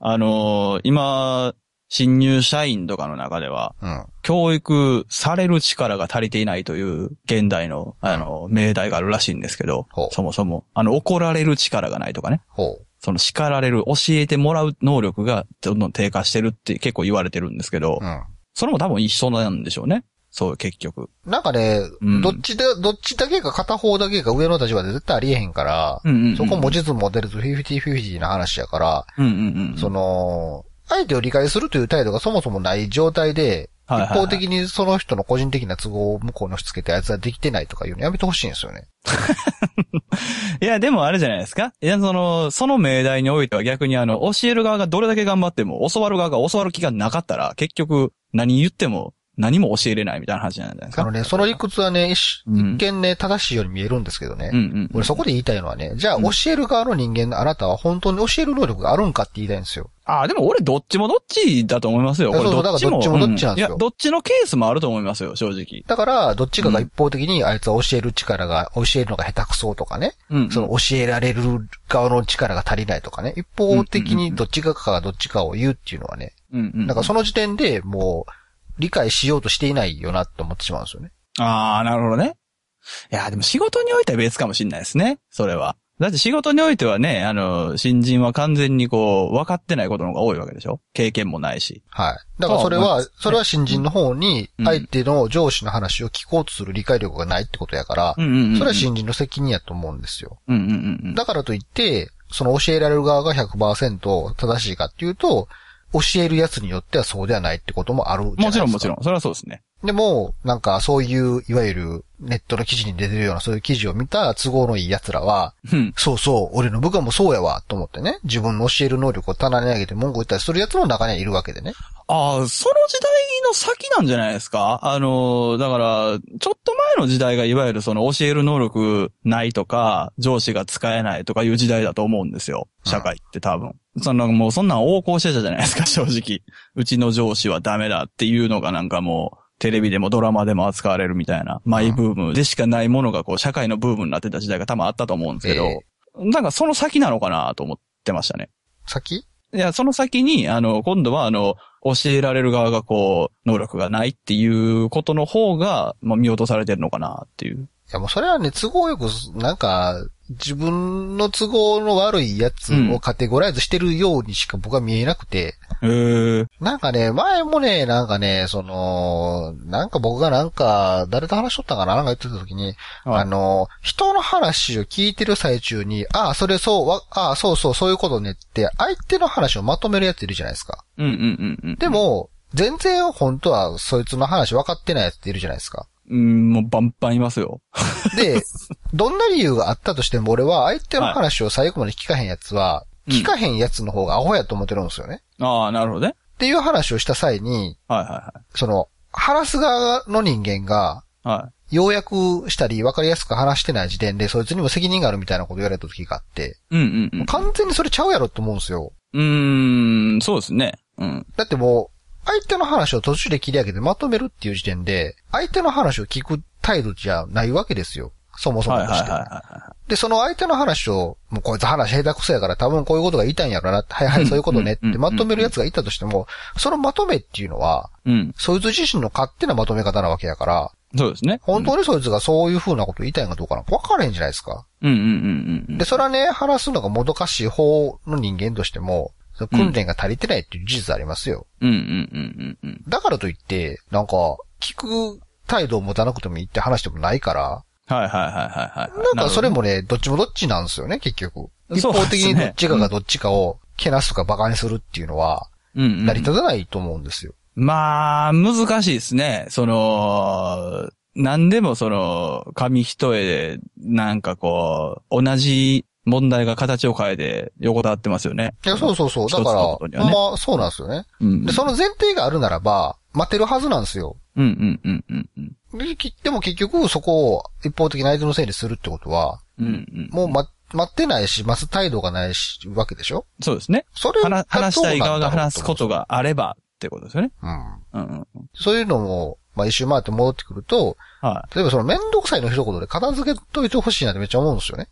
Speaker 2: あのー今、新入社員とかの中では、
Speaker 3: うん。
Speaker 2: 教育される力が足りていないという現代の、あの、命題があるらしいんですけど
Speaker 3: ほ、う
Speaker 2: そもそも、あの、怒られる力がないとかね、
Speaker 3: ほう。
Speaker 2: その叱られる、教えてもらう能力がどんどん低下してるって結構言われてるんですけど
Speaker 3: う、ん。
Speaker 2: それも多分一緒なんでしょうね。そう、結局。
Speaker 3: なんかね、
Speaker 2: うん
Speaker 3: どっちで、どっちだけか片方だけが上の立場で絶対ありえへんから、
Speaker 2: うんうんうん
Speaker 3: そこも実も出るとフィフティフィフティな話やから、
Speaker 2: うんうんうん。
Speaker 3: その、あ相手を理解するという態度がそもそもない状態で、
Speaker 2: はい
Speaker 3: 一
Speaker 2: はいはい
Speaker 3: 方的にその人の個人的な都合を向こうに押し付けてあいつはできてないとかいうのやめてほしいんですよね。
Speaker 2: いや、でもあれじゃないですか。いや、その、その命題においては逆にあの、教える側がどれだけ頑張っても、教わる側が教わる気がなかったら、結局、何言っても、何も教えれないみたいな話なんじゃないです
Speaker 3: あ
Speaker 2: か。
Speaker 3: のね、その理屈はね、一
Speaker 2: うん
Speaker 3: 一見ね、正しいように見えるんですけどね。
Speaker 2: うんうん。
Speaker 3: 俺そこで言いたいのはね、じゃあ
Speaker 2: うん
Speaker 3: 教える側の人間のあなたは本当に教える能力があるんかって言いたいんですよ。
Speaker 2: ああ、でも俺どっちもどっちだと思いますよ。これ
Speaker 3: そうそう
Speaker 2: どっちも。
Speaker 3: だからどっちもどっちな
Speaker 2: う
Speaker 3: ん
Speaker 2: い
Speaker 3: ですよ
Speaker 2: や、どっちのケースもあると思いますよ、正直。
Speaker 3: だから、どっちかが一方的にあいつは教える力が、教えるのが下手くそとかね、
Speaker 2: うん。
Speaker 3: その教えられる側の力が足りないとかね、一方的にどっちかがどっちかを言うっていうのはね、
Speaker 2: うんうん。
Speaker 3: なんかその時点でもう理解しようとしていないよなって思ってしまうんですよね。
Speaker 2: ああ、なるほどね。いや、でも仕事においては別かもしれないですね。それは。だって仕事においてはね、あの、新人は完全にこう、分かってないことの方が多いわけでしょ経験もないし。
Speaker 3: はい。だからそれは
Speaker 2: そう思いますね、
Speaker 3: それは新人の方に
Speaker 2: うん
Speaker 3: 相手の上司の話を聞こうとする理解力がないってことやから、
Speaker 2: うんうんうん。
Speaker 3: それは新人の責任やと思うんですよ。
Speaker 2: うんうんうんうん。
Speaker 3: だからといって、その教えられる側が100%正しいかっていうと、教えるやつによってはそうではないってこともあるじゃない
Speaker 2: も
Speaker 3: です
Speaker 2: ち
Speaker 3: か。
Speaker 2: ろんもちろ
Speaker 3: ん。
Speaker 2: ん。それはそうですね。
Speaker 3: でも、なんかそういう、いわゆるネットの記事に出てるようなそういう記事を見た都合のいい奴らは、
Speaker 2: うん。
Speaker 3: そうそう、俺の部下もそうやわ、と思ってね、自分の教える能力を棚に上げて文句を言ったりする奴も中にはいるわけでね。
Speaker 2: ああ、その時代の先なんじゃないですかあの、だから、ちょっと前の時代がいわゆるその教える能力ないとか、上司が使えないとかいう時代だと思うんですよ。社会って多分。そんなもうそんなん横行してたじゃないですか、 正直。うちの上司はダメだっていうのがなんかもう、テレビでもドラマでも扱われるみたいな、マイブームでしかないものがこう、社会のブームになってた時代が多分あったと思うんですけど、
Speaker 3: え
Speaker 2: なんかその先なのかなと思ってましたね。
Speaker 3: 先
Speaker 2: いや、その先に、あの、今度は、あの、教えられる側がこう、能力がないっていうことの方が、まあ、見落とされてるのかなっていう。
Speaker 3: いやもうそれはね、都合よく、なんか、自分の都合の悪いやつをカテゴライズしてるようにしか僕は見えなくて、
Speaker 2: えー、
Speaker 3: なんかね、前もね、なんかね、その、なんか僕がなんか、誰と話しとったかななんか言ってた時に、
Speaker 2: はい
Speaker 3: あの、人の話を聞いてる最中に、ああ、それそう、わああ、そうそう、そういうことねって、相手の話をまとめるやついるじゃないですか。
Speaker 2: うんうんうんうん。
Speaker 3: で、も、全然本当はそいつの話分かってないやつっているじゃないですか。
Speaker 2: うん、もうバンバンいますよ。
Speaker 3: で、どんな理由があったとしても俺は相手の話を最後まで聞かへんやつは、
Speaker 2: うん
Speaker 3: 聞かへんやつの方がアホやと思ってるんですよね。
Speaker 2: ああ、なるほどね。
Speaker 3: っていう話をした際に、
Speaker 2: はいは
Speaker 3: その、話す側の人間が、
Speaker 2: いはい。は
Speaker 3: 要約したり分かりやすく話してない時点で、そいつにも責任があるみたいなこと言われた時があって、
Speaker 2: い。うんうん
Speaker 3: 完全にそれちゃうやろって思うんですよ。
Speaker 2: うん。うーん、そうですね。うん。
Speaker 3: だってもう、相手の話を途中で切り上げてまとめるっていう時点で、相手の話を聞く態度じゃないわけですよ。そもそも
Speaker 2: はい
Speaker 3: と
Speaker 2: は
Speaker 3: し
Speaker 2: い
Speaker 3: て。
Speaker 2: はいは
Speaker 3: で、その相手の話を、もうこいつ話下手くそやから多分こういうことが言いたいんやろなって、はいはいそういうことねってまとめるやつがいたとしても、そのまとめっていうのは、
Speaker 2: い。うん。
Speaker 3: そいつ自身の勝手なまとめ方なわけやから、
Speaker 2: そうですね。
Speaker 3: 本当にそいつがそういう風なこと言いたいんかどうかなんか分からへんじゃないですか。
Speaker 2: うんうんうんうんうん
Speaker 3: で、。それはね、話すのがもどかしい方の人間としても、その訓練が足りてないっていう事実ありますよ。
Speaker 2: うんうんうんうんうん。
Speaker 3: だからといって、なんか、聞く態度を持たなくてもいいって話でもないから、
Speaker 2: はいはいはいはいはい。
Speaker 3: なんかそれ
Speaker 2: も、
Speaker 3: もね、どっちもどっちなんですよね、結局。一
Speaker 2: そう
Speaker 3: 方的にどっちかが
Speaker 2: で
Speaker 3: どっちかをけなすとか馬鹿にするっていうのは、
Speaker 2: すね、うんうん
Speaker 3: 成り立たないと思うんですよ。
Speaker 2: まあ、難しいですね。その、何でもその、紙一重で、なんかこう、同じ問題が形を変えて横たわってますよね。
Speaker 3: いや、そうそうそう。だか
Speaker 2: 一つのこ
Speaker 3: ら
Speaker 2: と、にはね
Speaker 3: まあ、そうなんですよね。
Speaker 2: うん。
Speaker 3: で、その前提があるならば、待てるはずなんですよ。
Speaker 2: うんうんうんうんうん。
Speaker 3: できでも結局、そこを一方的な相手のせいにするってことは、
Speaker 2: うんうん、
Speaker 3: もうま、待ってないし、待つ態度がないし、わけでしょ
Speaker 2: そうですね。
Speaker 3: それが
Speaker 2: 話話したい
Speaker 3: どうな
Speaker 2: 側
Speaker 3: んだ
Speaker 2: が
Speaker 3: ろう
Speaker 2: 話すことがあればってことですよね。
Speaker 3: うん。
Speaker 2: うんうん。
Speaker 3: そういうのも、まあ、一周回って戻ってくると、
Speaker 2: は
Speaker 3: 例えばそのめんどくさいの一言で片付けといてほしいなってめっちゃ思うんで すよね。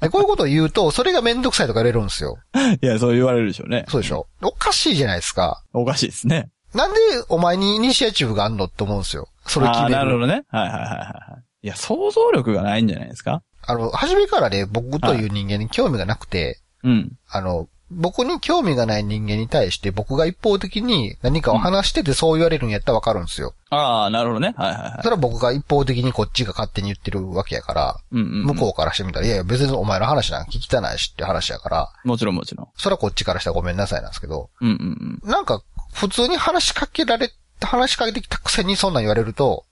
Speaker 3: でこういうことを言うと、それがめんどくさいとか言われるんですよ。
Speaker 2: い。いや、そう言われるでしょうね。
Speaker 3: そうでしょおかしいじゃないですか。
Speaker 2: おかしいですね。
Speaker 3: なんでお前にイニシアチブがあんのって思うんですよ。それ聞
Speaker 2: あ
Speaker 3: い
Speaker 2: あー、
Speaker 3: て
Speaker 2: なる
Speaker 3: る。
Speaker 2: ほどね。はいはいはいはいはい。いや、想像力がないんじゃないですか
Speaker 3: あの、初めからね、僕という人間に興味がなくて、
Speaker 2: うん。
Speaker 3: あの、僕に興味がない人間に対して僕が一方的に何かを話しててそう言われるんやったらわかるんですよ。
Speaker 2: ああ、なるほどね。はいはいはい。
Speaker 3: それは僕が一方的にこっちが勝手に言ってるわけやから、
Speaker 2: うんうん、
Speaker 3: 向こうからしてみたら、いやいや別にお前の話なんか聞きたないしって話やから、
Speaker 2: う。もちろんもちろん。
Speaker 3: それはこっちからしたらごめんなさいなんですけど、
Speaker 2: うんうんうん。
Speaker 3: なんか普通に話しかけられ、話しかけてきたくせにそんなん言われ ると、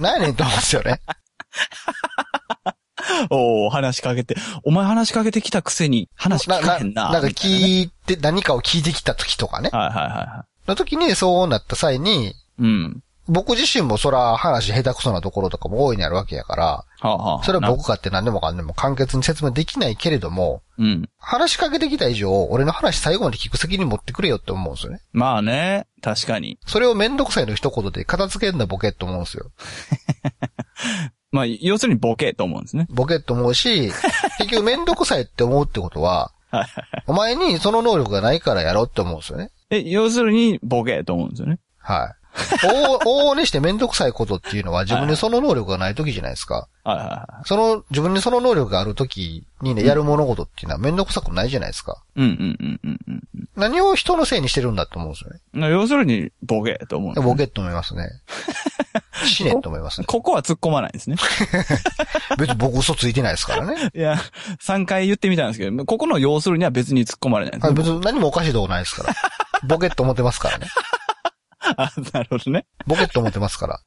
Speaker 3: なんやねんと思うんですよね。
Speaker 2: おお話しかけて、お前話しかけてきたくせに話聞かへんな。
Speaker 3: なんか
Speaker 2: みたいなね
Speaker 3: 聞いて、何かを聞いてきた時とかね。
Speaker 2: はいはいはいは
Speaker 3: の時にそうなった際に、
Speaker 2: い。うん。
Speaker 3: 僕自身もそら話下手くそなところとかも大いにあるわけやから、
Speaker 2: はあ、はあ、
Speaker 3: それは
Speaker 2: な。
Speaker 3: 僕かって何でもかんでも簡潔に説明できないけれども、
Speaker 2: うん。
Speaker 3: 話しかけてきた以上、俺の話最後まで聞く責任持ってくれよって思うんですよね。
Speaker 2: まあね、確かに。
Speaker 3: それをめんどくさいの一言で片付けんだボケと思うんですよ。
Speaker 2: まあ、要するにボケと思うんですね。
Speaker 3: ボケと思う し、結局めんどくさいって思うってことは、お前にその能力がないからやろうって思うんですよね。
Speaker 2: え、要するにボケと思うんですよね。
Speaker 3: はい。 往々にしてめんどくさいことっていうのは自分にその能力がない時じゃないですか。
Speaker 2: はいはいは
Speaker 3: その、自分にその能力がある時にね、やる物事っていうのはめんどくさくないじゃないですか。
Speaker 2: い。うんうんうんうんうん。
Speaker 3: 何を人のせいにしてるんだと思うんですよね。
Speaker 2: な要するに、ボケと思う、
Speaker 3: ボケと思いますね。死ねと思いますね。
Speaker 2: ここは突っ込まないんですね。
Speaker 3: 別に僕嘘ついてないですからね。
Speaker 2: いや、3回言ってみたんですけど、ここの要するには別に突っ込まれないんです
Speaker 3: はい
Speaker 2: ね。
Speaker 3: 別に何もおかしいとこないですから。ボケと思ってますからね。
Speaker 2: あ、なるほどね。
Speaker 3: ボケと思ってますから。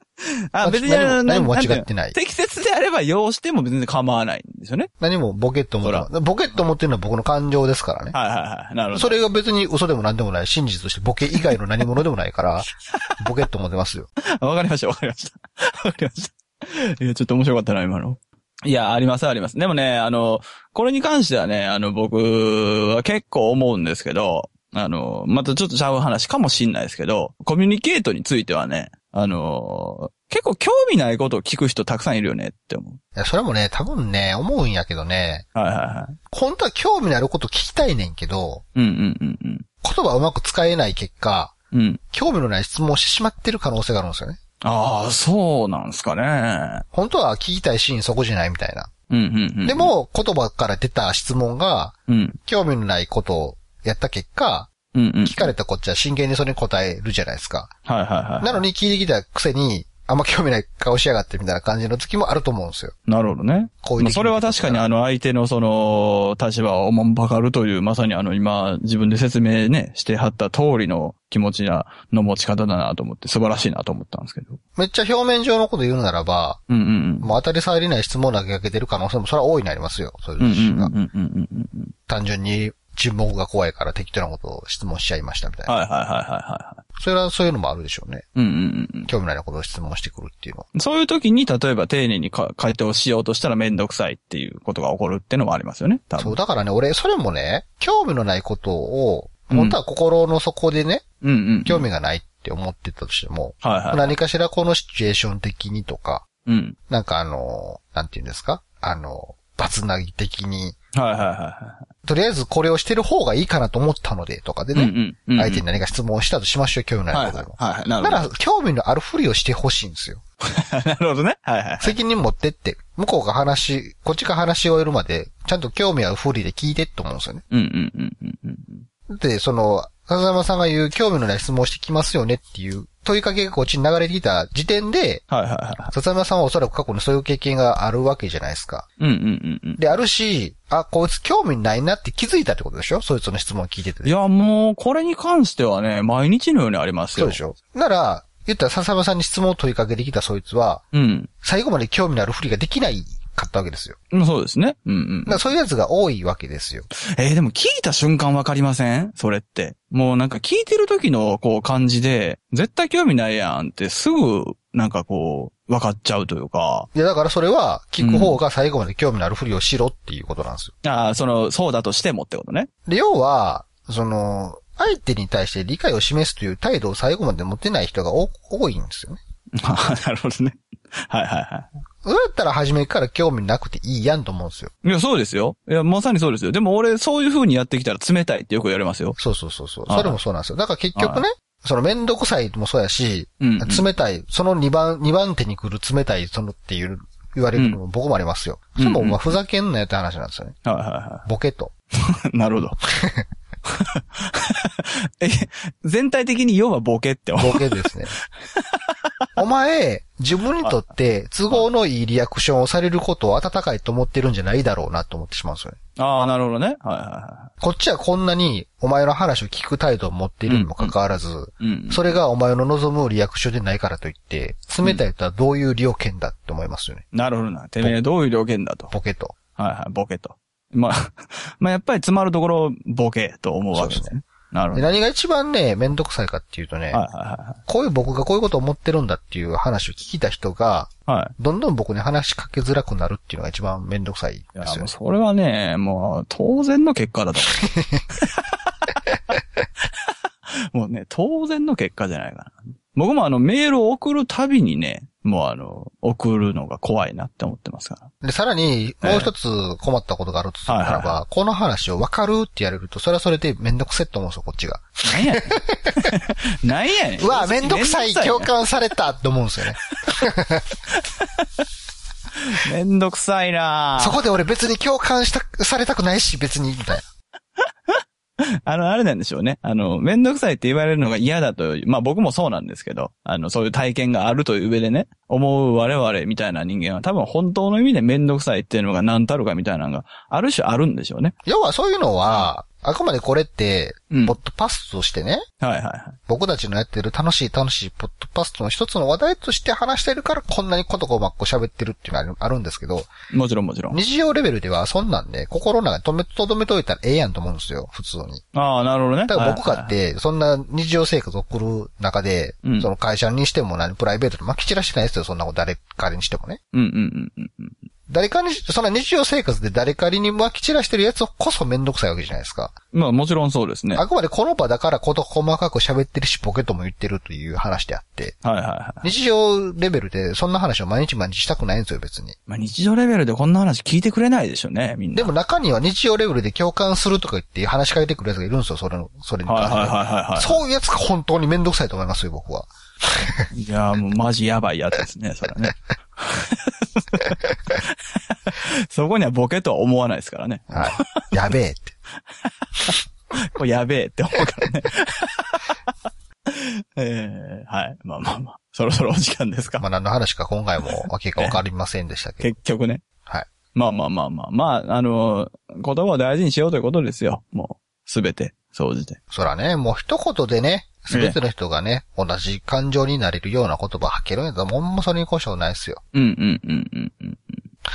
Speaker 2: あ、
Speaker 3: あ
Speaker 2: 別に、
Speaker 3: 何も
Speaker 2: あの
Speaker 3: 何も
Speaker 2: なんな
Speaker 3: 間違っ
Speaker 2: んて
Speaker 3: て
Speaker 2: いう
Speaker 3: ない
Speaker 2: の適切であれば要しても別に構わないんですよね。
Speaker 3: 何もボケと思ってます。ボケと思ってるのは僕の感情ですからね。
Speaker 2: はいはいはい。なるほど。
Speaker 3: それが別に嘘でも何でもない、真実としてボケ以外の何者でもないから、ボケと思ってますよ。
Speaker 2: わかりました、わかりました。 わかりました。いや、ちょっと面白かったな、今の。いや、あります、あります。でもね、あの、これに関してはね、あの、僕は結構思うんですけど、あの、またちょっとちゃう話かもしんないですけど、コミュニケートについてはね、あの、結構興味ないことを聞く人たくさんいるよねって思
Speaker 3: いや、それもね、多分ね、思うんやけどね、
Speaker 2: う。はいはいはい。
Speaker 3: 本当は興味のあること聞きたいねんけど、
Speaker 2: うんうんうんうん。
Speaker 3: 言葉うまく使えない結果、
Speaker 2: うん。
Speaker 3: 興味のない質問をしてしまってる可能性があるんですよね。
Speaker 2: ああ、そうなんすかね。
Speaker 3: 本当は聞きたいシーンそこじゃないみたいな。
Speaker 2: うんうんうん。
Speaker 3: で、も、言葉から出た質問が、
Speaker 2: うん。
Speaker 3: 興味のないことをやった結果、
Speaker 2: うんうん。
Speaker 3: 聞かれたこっちは真剣にそれに答えるじゃないですか。
Speaker 2: はいはいはい。
Speaker 3: なのに聞いてきたくせに、あんま興味ない顔しやがってみたいな感じの時もあると思うんですよ。
Speaker 2: なるほどね。
Speaker 3: こういう
Speaker 2: まあそれは確かにあの相手のその立場をおもんばかるという、まさにあの今自分で説明ね、してはった通りの気持ちな、の持ち方だなと思って素晴らしいなと思ったんですけど。
Speaker 3: めっちゃ表面上のこと言うならば、
Speaker 2: うんうん
Speaker 3: もう当たり障りない質問を投げかけてる可能性もそれは大いにありますよ。そういう
Speaker 2: うん。うんう
Speaker 3: 自
Speaker 2: ん
Speaker 3: 身
Speaker 2: うんう
Speaker 3: が。
Speaker 2: んうんうんうん。
Speaker 3: 単純に沈黙が怖いから適当なことを質問しちゃいましたみたいな。
Speaker 2: はいはいはいはいはいは
Speaker 3: それはそういうのもあるでしょうね。
Speaker 2: い。うんうんうん
Speaker 3: 興味のないことを質問してくるっていうのは。
Speaker 2: うん。そういう時に、例えば丁寧にか回答しようとしたらめんどくさいっていうことが起こるってのもありますよね。多
Speaker 3: そ
Speaker 2: 分。
Speaker 3: う、だからね、俺、それもね、興味のないことを、本当は心の底でね、
Speaker 2: うんうん。
Speaker 3: 興味がないって思ってたとしても、
Speaker 2: はいはい。
Speaker 3: 何かしらこのシチュエーション的にとか、
Speaker 2: うん。
Speaker 3: なんかあの、なんて言うんですかあの、バツなぎ的に、
Speaker 2: はいはいはいは
Speaker 3: とりあえずこれをしてる方がいいかなと思ったので、とかで
Speaker 2: い。うんう
Speaker 3: ね、
Speaker 2: んうんうん。
Speaker 3: 相手に何か質問をしたとしましょう、興味の
Speaker 2: はい
Speaker 3: な
Speaker 2: はいい
Speaker 3: こ
Speaker 2: はい
Speaker 3: とを。
Speaker 2: はい。なる
Speaker 3: な
Speaker 2: ほど。
Speaker 3: ら、興味のあるふりをしてほしいんですよ。
Speaker 2: なるほどね。はいはい。
Speaker 3: 責任持ってって、向こうが話、こっちが話し終えるまで、ちゃんと興味あるふりで聞いてって思うんですよね。
Speaker 2: うんうんうんうんうん。
Speaker 3: で、その、風間さんが言う興味のない質問をしてきますよねっていう問いかけがこっちに流れてきた時点で、
Speaker 2: はいはいはい。
Speaker 3: 笹山さんはおそらく過去にそういう経験があるわけじゃないですか。
Speaker 2: うんうんうん
Speaker 3: で、あるし、あ、こいつ興味ないなって気づいたってことでしょそいつの質問を聞いて
Speaker 2: うん。い
Speaker 3: て。
Speaker 2: や、もう、これに関してはね、毎日のようにあります
Speaker 3: そう
Speaker 2: よ。
Speaker 3: でしょなら、言ったら笹山さんに質問を問いかけてきたそいつは、
Speaker 2: うん。
Speaker 3: 最後まで興味のあるふりができないかったわけですよ。
Speaker 2: うんそうですね。うんうん
Speaker 3: だか。らそういうやつが多いわけですよ。
Speaker 2: えーでも聞いた瞬間わかりませんそれって。もうなんか聞いてる時のこう感じで、絶対興味ないやんってすぐ、なんかこう、わかっちゃうというか、
Speaker 3: いや、だからそれは、聞く方が最後まで興味のあるふりをしろっていうことなんですよ。
Speaker 2: ああ、その、そうだとしてもってことね。
Speaker 3: で、要は、その、相手に対して理解を示すという態度を最後まで持てない人が多多いんですよね。
Speaker 2: ああ、なるほどね。はいはいはい。
Speaker 3: そうやったら初めから興味なくていいやんと思うんですよ。
Speaker 2: いや、そうですよ。いや、まさにそうですよ。でも俺、そういう風にやってきたら冷たいってよく言われますよ。
Speaker 3: そうそうそうそう。
Speaker 2: はい
Speaker 3: それもそうなんですよ。だから結局ね、そのめんどくさいもそうやし、
Speaker 2: うんうん
Speaker 3: 冷たい、その2番、二番手に来る冷たいそのっていう、言われるのも僕もありますよ。
Speaker 2: うん
Speaker 3: それもまあふざけんなよって話なんですよね。
Speaker 2: はいは
Speaker 3: ボケと。
Speaker 2: いはい。なるほど。え、全体的に要はボケって思う。
Speaker 3: ボケです ね。お前、自分にとって都合のいいリアクションをされることを温かいと思ってるんじゃないだろうなと思ってしまうんですよね。
Speaker 2: ああ、なるほどね。はいは
Speaker 3: こっちはこんなにお前の話を聞く態度を持っているにも関わらず、
Speaker 2: いはい。うん。
Speaker 3: それがお前の望むリアクションでないからといって、冷たいとはどういう料件だって思いますよね。
Speaker 2: なるほどな。てめえどういう条件だと。
Speaker 3: ポケと。
Speaker 2: はいはい、ボケと。まあ、 まあやっぱり詰まるところ、ボケと思うわけです
Speaker 3: そう
Speaker 2: ね。なるほ
Speaker 3: で
Speaker 2: ど。
Speaker 3: 何が一番ね、めんどくさいかっていうとね、
Speaker 2: はいは
Speaker 3: こういう僕がこういうことを思ってるんだっていう話を聞いた人が、
Speaker 2: いはい。はい。
Speaker 3: どんどん僕に話しかけづらくなるっていうのが一番めんどくさいで
Speaker 2: いや、
Speaker 3: すよ
Speaker 2: もう
Speaker 3: ね。
Speaker 2: それはね、もう当然の結果 だと思う。もうね、当然の結果じゃないかな。僕もあのメールを送るたびにね、もうあの、送るのが怖いなって思ってますか
Speaker 3: で、さらに、もう一つ困ったことがあるとするなら
Speaker 2: はいはい
Speaker 3: ば、この話をわかるって言われると、それはそれでめんどくせえと思うんですよ、こっちが。
Speaker 2: ら。なんや ねん。なんやねん。
Speaker 3: うわ、めんどくさい、共感されたって思うんですよね。
Speaker 2: めんどくさいな
Speaker 3: そこで俺別に共感した、されたくないし、別に、みたいな。
Speaker 2: あの、あれなんでしょうね。あの、めんどくさいって言われるのが嫌だと、まあ僕もそうなんですけど、あの、そういう体験があるという上でね、思う我々みたいな人間は多分本当の意味でめんどくさいっていうのが何たるかみたいなのが、ある種あるんでしょうね。
Speaker 3: 要はそういうのは、あくまでこれって、
Speaker 2: うん。
Speaker 3: ポ
Speaker 2: はい
Speaker 3: ッドパストしてね、
Speaker 2: はいは
Speaker 3: 僕たちのやってる楽しい楽しいポッドパストの一つの話題として話してるから、こんなにことこまっこ喋ってるっていうのはあるあるんですけど、
Speaker 2: い。もちろんもちろん。
Speaker 3: 日常レベルではそんなんね、心の中に止め、とどめといたらええやんと思うんですよ、普通に。
Speaker 2: ああ、なるほどね。
Speaker 3: だから僕
Speaker 2: はい
Speaker 3: か
Speaker 2: は
Speaker 3: っ
Speaker 2: いはい、
Speaker 3: て、そんな日常生活を送る中で、
Speaker 2: うん
Speaker 3: その会社にしても何、プライベートでまき散らしてないですよ、そんなこと誰かにしてもね。
Speaker 2: うんうんうんうん。
Speaker 3: 誰かに、そんな日常生活で誰かにまき散らしてるやつこそめんどくさいわけじゃないですか。
Speaker 2: まあもちろんそうですね。は
Speaker 3: あくまでこの場だからこと細かく喋ってるし、ポケットも言ってるという話であって、
Speaker 2: いはいはい。
Speaker 3: 日常レベルでそんな話を毎日毎日したくないんですよ、別に。
Speaker 2: まあ日常レベルでこんな話聞いてくれないでしょうね、みんな。
Speaker 3: でも中には日常レベルで共感するとか言って話しかけてくるやつがいるんですよ、それの、それに
Speaker 2: はい
Speaker 3: 関し
Speaker 2: は
Speaker 3: て。
Speaker 2: いはいはいはい。
Speaker 3: そういうやつが本当にめんどくさいと思いますよ、僕は。
Speaker 2: いやー、もうマジやばいやつですね、それはね。そこにはボケとは思わないですからね。
Speaker 3: はい。 やべえって。
Speaker 2: これやべえって思うからね。 えー、はい。まあまあまあ。そろそろお時間ですか。
Speaker 3: まあ何の話か今回もわけがわかりませんでしたけど。
Speaker 2: 結局ね。
Speaker 3: はい。
Speaker 2: まあまあまあまあ。まあ、あのー言葉を大事にしようということですよ。もう、すべて、総じて。
Speaker 3: そらね、もう一言でね、すべての人がね、同じ感情になれるような言葉吐けるんやったら、ほんまそれに越したことないですよ。
Speaker 2: うんうんうんうんうんうん。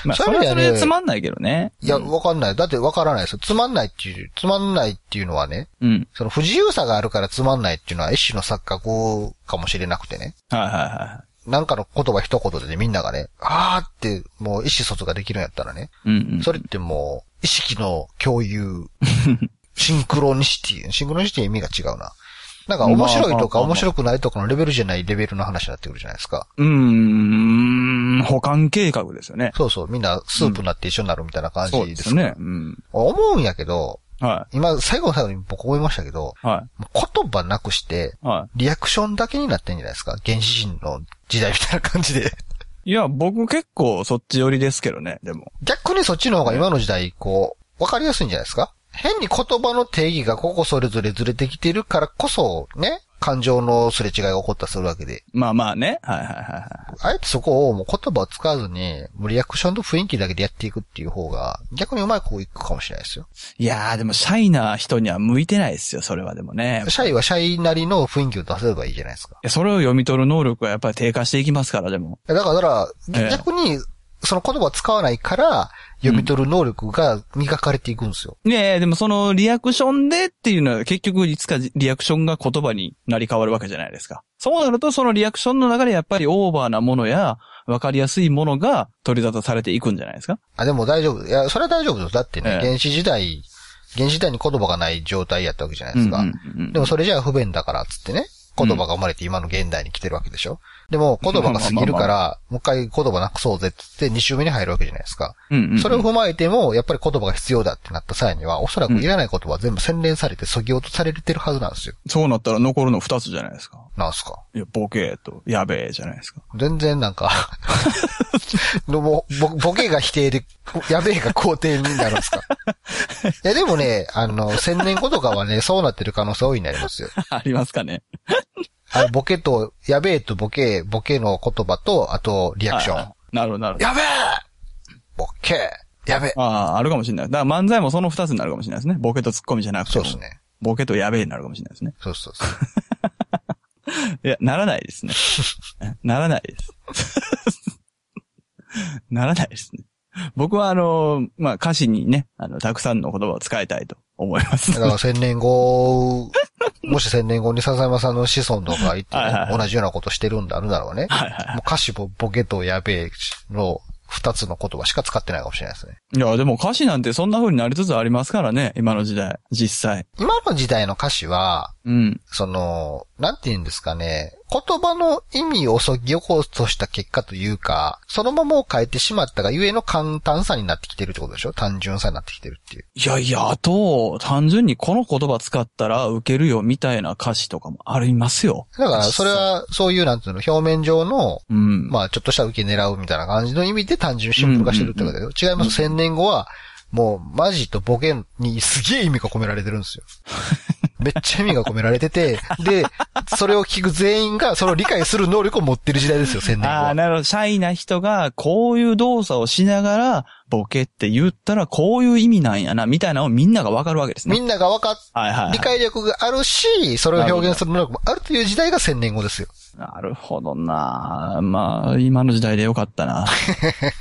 Speaker 2: まあ、
Speaker 3: そ
Speaker 2: そう
Speaker 3: い
Speaker 2: れ
Speaker 3: う
Speaker 2: はそ
Speaker 3: 意味ではね
Speaker 2: れでつまんないけどね。
Speaker 3: いや、
Speaker 2: うん、
Speaker 3: わかんない。だってわからないですよ。つまんないっていう、つまんないっていうのはね、
Speaker 2: うん。
Speaker 3: その不自由さがあるからつまんないっていうのは一種の錯覚かもしれなくてね。
Speaker 2: はいはいは
Speaker 3: なんかの言葉一言でね、みんながね、あーって、もう意思疎通ができるんやったらね、
Speaker 2: い。うん、うん。
Speaker 3: それってもう、意識の 共有、シンクロニシティ、シンクロニシティ意味が違うな。なんか面白
Speaker 2: まあまあま
Speaker 3: いとか
Speaker 2: あまあ
Speaker 3: 面白くないとかのレベルじゃないレベルの話になってくるじゃないですか。
Speaker 2: うーん、保管計画ですよね。
Speaker 3: そうそう、みんなスープになって一緒になるみたいな感じ
Speaker 2: そう
Speaker 3: で
Speaker 2: ですす
Speaker 3: から
Speaker 2: ね。うん。
Speaker 3: 思うんやけど、
Speaker 2: は
Speaker 3: 今、最後の最後に僕思いましたけど、
Speaker 2: い。は
Speaker 3: もう言葉なくして、
Speaker 2: い。は
Speaker 3: リアクションだけになってんじゃないですか原始人の時代みたいな感じで。
Speaker 2: い。いや、僕結構そっち寄りですけどね、でも。
Speaker 3: 逆にそっちの方が今の時代、こう、わかりやすいんじゃないですか変に言葉の定義がここそれぞれずれてきてるからこそ、ね、感情のすれ違いが起こったりするわけで。
Speaker 2: まあまあね。はいはいはいは
Speaker 3: あえてそこをもう言葉を使わずに、もうリアクションと雰囲気だけでやっていくっていう方が、逆にうまい子いくかもしれないですよ。
Speaker 2: い。いやー、でもシャイな人には向いてないですよ、それはでもね。
Speaker 3: シャイはシャイなりの雰囲気を出せればいいじゃないですか。
Speaker 2: いやそれを読み取る能力はやっぱり低下していきますから、でも。
Speaker 3: だからだか
Speaker 2: え
Speaker 3: ら、
Speaker 2: え
Speaker 3: 逆に、その言葉を使わないから、読み取る能力が磨かれていくんですよ。
Speaker 2: ねえ、でもそのリアクションでっていうのは結局いつかリアクションが言葉になり変わるわけじゃないですか。そうなるとそのリアクションの中でやっぱりオーバーなものやわかりやすいものが取り沙汰されていくんじゃないですか。
Speaker 3: あ、でも大丈夫。いや、それは大丈夫です。だってね、
Speaker 2: ええ
Speaker 3: 原始時代、原始時代に言葉がない状態やったわけじゃないですか。
Speaker 2: うんうんうん
Speaker 3: でもそれじゃあ不便だからっつってね、言葉が生まれて今の現代に来てるわけでしょ。でも言葉が過ぎるから、もう一回言葉なくそうぜっつって2周目に入るわけじゃないですか。
Speaker 2: うんうん
Speaker 3: それを踏まえても、やっぱり言葉が必要だってなった際には、おそらくいらない言葉は全部洗練されて削ぎ落とされてるはずなんですよ。
Speaker 2: そうなったら残るの二つじゃないですか。
Speaker 3: なんすか。
Speaker 2: いや、ボケと、やべえじゃないですか。
Speaker 3: 全然なんか、 のもうボ、ボケが否定で、やべえが肯定になるんですか。いや、でもね、あの、千年後とかはね、そうなってる可能性多いになりますよ。
Speaker 2: ありますかね。
Speaker 3: あの、ボケと、やべえとボケ、ボケの言葉と、あと、リアクション。
Speaker 2: はいはいなるほど、なるほど。
Speaker 3: やべえボケやべえ
Speaker 2: ああ、あるかもしれない。だから漫才もその二つになるかもしれないですね。ボケとツッコミじゃなくて
Speaker 3: そう
Speaker 2: も。
Speaker 3: ですね。
Speaker 2: ボケとやべえになるかもしれないですね。
Speaker 3: そうそうそう。
Speaker 2: いや、ならないですね。 ならないです。 ならないですね。僕はあの、まあ、歌詞にね、あの、たくさんの言葉を使いたいと思います
Speaker 3: だ。から千年後、もし千年後に笹山さんの子孫とかいて、
Speaker 2: はいはいはい
Speaker 3: 同じようなことしてるんだ、あるならばね。
Speaker 2: はいはい。
Speaker 3: もう歌詞もボケとやべえの二つの言葉しか使ってないかもしれないですね。
Speaker 2: いや、でも歌詞なんてそんな風になりつつありますからね、今の時代、実際。
Speaker 3: 今の時代の歌詞は、
Speaker 2: うん。
Speaker 3: その、なんて言うんですかね、言葉の意味を削ぎ起こうとした結果というか、そのままを変えてしまったがゆえの簡単さになってきてるってことでしょ単純さになってきてるっていう。
Speaker 2: いやいや、あと、単純にこの言葉使ったら受けるよみたいな歌詞とかもありますよ。
Speaker 3: だから、それは、そういう、なんていうの、表面上の、
Speaker 2: うん。
Speaker 3: まあ、ちょっとした受け狙うみたいな感じの意味で単純シンプル化してるってことだよ。違います。千年後は、もう、マジとボケにすげえ意味が込められてる んですよ。めっちゃ意味が込められてて、で、それを聞く全員が、それを理解する能力を持ってる時代ですよ、千年後
Speaker 2: ああ、
Speaker 3: は。
Speaker 2: なるほど。シャイな人が、こういう動作をしながら、ボケって言ったら、こういう意味なんやな、みたいなのをみんながわかるわけですね。
Speaker 3: みんなが分かっ、
Speaker 2: はいはい、はい
Speaker 3: 理。解力があるし、それを表現する能力もあるという時代が千年後ですよ。
Speaker 2: なるほどな。まあ、今の時代でよかったな。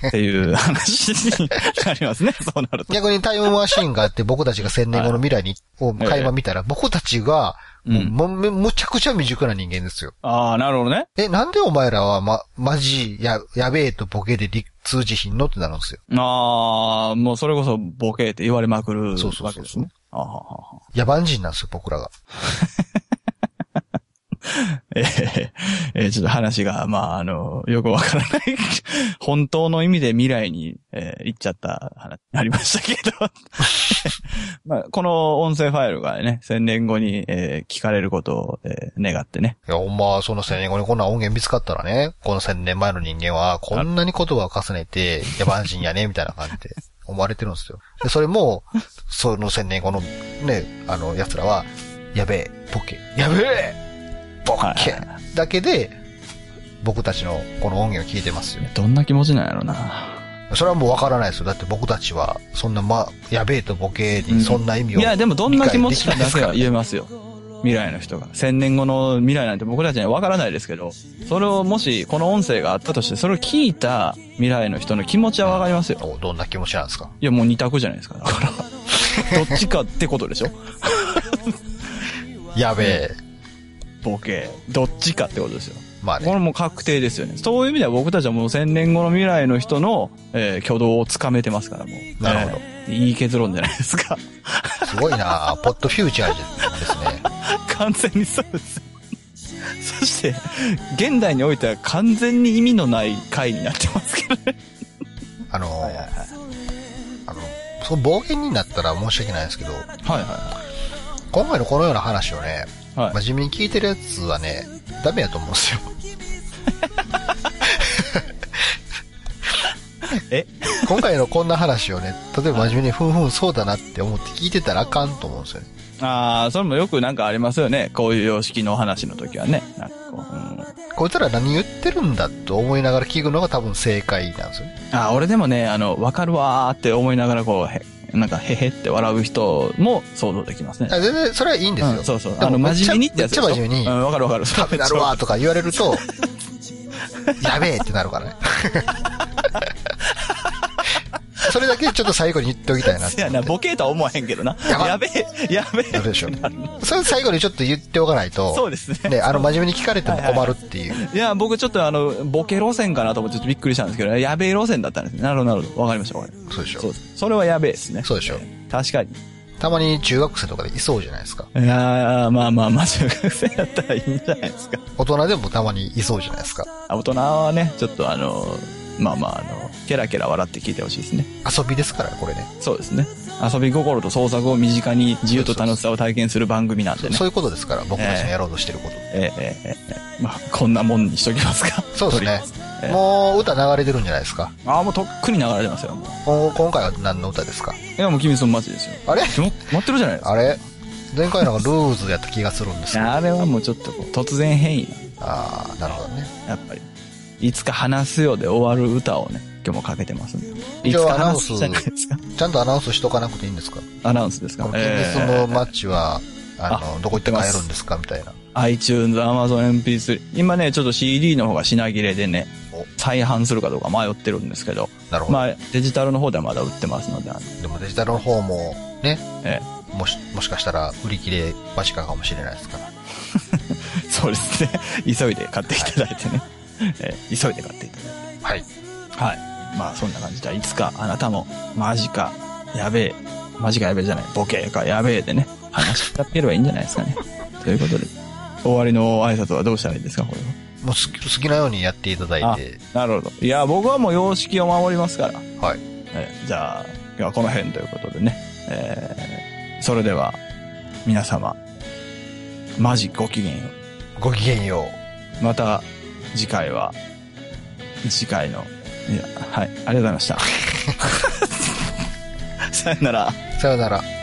Speaker 2: っていう話になりますね。そうな ると。
Speaker 3: 逆にタイムマシンがあって、僕たちが千年後の未来に、を垣間見たら、僕たちが、
Speaker 2: うん
Speaker 3: もう、むむちゃくちゃ未熟な人間ですよ。
Speaker 2: ああ、なるほどね。
Speaker 3: え、なんでお前らは、ま、マジ、や、やべえとボケで理通じひんのってなるんですよ。
Speaker 2: ああ、もうそれこそボケって言われまくるわけです
Speaker 3: そう
Speaker 2: ね。
Speaker 3: そうそうそう
Speaker 2: あはは
Speaker 3: 野蛮人なんですよ、僕らが。
Speaker 2: えーえーちょっと話が、まあ、あの、よくわからない、 本当の意味で未来に、えー行っちゃった話になりましたけど、 まあ、この音声ファイルがね、1000年後に、えー聞かれることを、えー願ってね。
Speaker 3: いや、ほんま、その千年後にこんな音源見つかったらね、この千年前の人間は、こんなに言葉を重ねて、野蛮人やね、みたいな感じ で、思われてるんですよ。で、それも、その千年後の、ね、あの、奴らは、やべえ、ボケ、やべえ、ボ
Speaker 2: はい
Speaker 3: ケ、だけで、僕たちのこの音源を聞いてますよ。
Speaker 2: どんな気持ちなんやろな。
Speaker 3: それはもうわからないですよ。だって僕たちは、そんな、ま、やべえとボケにそんな意味を、
Speaker 2: いや、でもどんな気持ちかだけは言えますよ。未来の人が。1000年後の未来なんて僕たちにはわからないですけど、それをもし、この音声があったとして、それを聞いた未来の人の気持ちはわかりますよ。
Speaker 3: おどんな気持ちなんですか
Speaker 2: いや、もう二択じゃないですか。だ から、どっちかってことでしょ
Speaker 3: やべえ。
Speaker 2: ボケ。どっちかってことですよ。
Speaker 3: まあ
Speaker 2: こ
Speaker 3: ね。
Speaker 2: れもう確定ですよね。そういう意味では僕たちはもう1000年後の未来の人の、えー挙動をつかめてますから、もう。
Speaker 3: なるほど
Speaker 2: えーいい結論じゃないですか。
Speaker 3: すごいなポッドフューチャーですね。
Speaker 2: 完全にそうです。そして、現代においては完全に意味のない回になってますけどね。
Speaker 3: あの、あの、その暴言になったら申し訳ないですけど、
Speaker 2: はいは
Speaker 3: 今回のこのような話をね、
Speaker 2: い。はい。
Speaker 3: 真面目に聞いてるやつはね、ダメやと思うんですよ。
Speaker 2: え
Speaker 3: 今回のこんな話をね、例えば真面目にふんふんそうだなって思って聞いてたらあかんと思うんですよね。
Speaker 2: ああ、それもよくなんかありますよね。こういう様式の話の時はね。なんかこう、うん
Speaker 3: こいつら何言ってるんだと思いながら聞くのが多分正解なんですよね。
Speaker 2: あー俺でもね、あの、わかるわーって思いながら、こう、へ、なんか、へへって笑う人も想像できますね。
Speaker 3: あ全然それはいいんですよ。
Speaker 2: うんそうそう。
Speaker 3: で
Speaker 2: あの、
Speaker 3: もめっ
Speaker 2: 真
Speaker 3: ちゃ
Speaker 2: 面目にってやつでしょ
Speaker 3: めっちゃ真面目に
Speaker 2: うん、わかるわかる。
Speaker 3: ダメだろわとか言われる と、やべえってなるからね。それだけちょっと最後に言っておきたいなっ
Speaker 2: そ
Speaker 3: て。
Speaker 2: やな、ボケとは思わへんけどな。
Speaker 3: やば
Speaker 2: やべえ、やべ
Speaker 3: やる
Speaker 2: え。
Speaker 3: でしょ。それ最後にちょっと言っておかない
Speaker 2: そう
Speaker 3: と、
Speaker 2: ですね。
Speaker 3: ね、あの、真面目に聞かれても困るっていう。
Speaker 2: いや、僕ちょっとあの、ボケ路線かなと思ってちょっとびっくりしたんですけど、やべえ路線だったんですね。なるほど、なるほど。わかりました、わかりまし。
Speaker 3: そうでしたょ
Speaker 2: そう。ですそれはやべえですね。
Speaker 3: そうでしょ。
Speaker 2: 確かに。
Speaker 3: たまに中学生とかでいそうじゃないですか。
Speaker 2: いやー、まあまあまあ、中学生だったらいいんじゃないですか。
Speaker 3: 大人でもたまにいそうじゃないですか。
Speaker 2: あ大人はね、ちょっとあの、まあまあ、あの、ケラケラ笑って聞いてほしいですね。
Speaker 3: 遊びですからね、これね。
Speaker 2: そうですね。遊び心と創作を身近に自由と楽しさを体験する番組なんでね。
Speaker 3: そういうことですから、僕たちのやろうとしてるこ
Speaker 2: え
Speaker 3: と。
Speaker 2: えええええまあ、こんなもんにしときますか。
Speaker 3: そうで
Speaker 2: と
Speaker 3: すね
Speaker 2: りあえず。
Speaker 3: もう歌流れてるんじゃないですか。
Speaker 2: ああ、もうとっくに流れてますよ。も
Speaker 3: 今今回は何の歌ですか
Speaker 2: ういや、もう君その街ですよ。
Speaker 3: あれ
Speaker 2: 決ま決まってるじゃないですか。
Speaker 3: あれ前回のがルーズやった気がするんです
Speaker 2: い
Speaker 3: けど。
Speaker 2: やあれはもうちょっとこう突然変異
Speaker 3: ああ、なるほどね。
Speaker 2: な、やっぱり。いつか話すよで終わる歌をね、今日もかけてますんで。い
Speaker 3: 一
Speaker 2: つ
Speaker 3: 応
Speaker 2: か
Speaker 3: アナウン
Speaker 2: 話
Speaker 3: ス
Speaker 2: すじゃないですか。
Speaker 3: ちゃんとアナウンスしとかなくていいんですか
Speaker 2: アナウンスです
Speaker 3: こ
Speaker 2: か
Speaker 3: の。金
Speaker 2: え
Speaker 3: 日
Speaker 2: ー
Speaker 3: のマッチは、あの、どこ行って買えるんですかみたいな。
Speaker 2: iTunes、Amazon MP3。今ね、ちょっと CD の方が品切れでね
Speaker 3: お、
Speaker 2: 再販するかどうか迷ってるんですけど、
Speaker 3: なるほど。
Speaker 2: まあ、デジタルの方ではまだ売ってますので、あの
Speaker 3: でもデジタルの方も、ね、
Speaker 2: え
Speaker 3: もし、もしかしたら売り切れ間近かもしれないですから。
Speaker 2: そうですね。 急いで買っていただいてね。えー急いで買っていただいて。
Speaker 3: はい。
Speaker 2: はい。まあそんな感じで、いつかあなたも、マジか、やべえ、マジかやべえじゃない、ボケかやべえでね、話しかければいいんじゃないですか ね。ということで、終わりの挨拶はどうしたらいいですか、これは。
Speaker 3: もう好き好きなようにやっていただいて、
Speaker 2: なるほど。いや、僕はもう様式を守りますから。
Speaker 3: はい。
Speaker 2: えーじゃあ、今日はこの辺ということでね。えーそれでは、皆様、マジごきげんよう。
Speaker 3: ごきげんよう。
Speaker 2: また次回は、次回の、 いや、はい、ありがとうございました。さよなら。
Speaker 3: さよなら。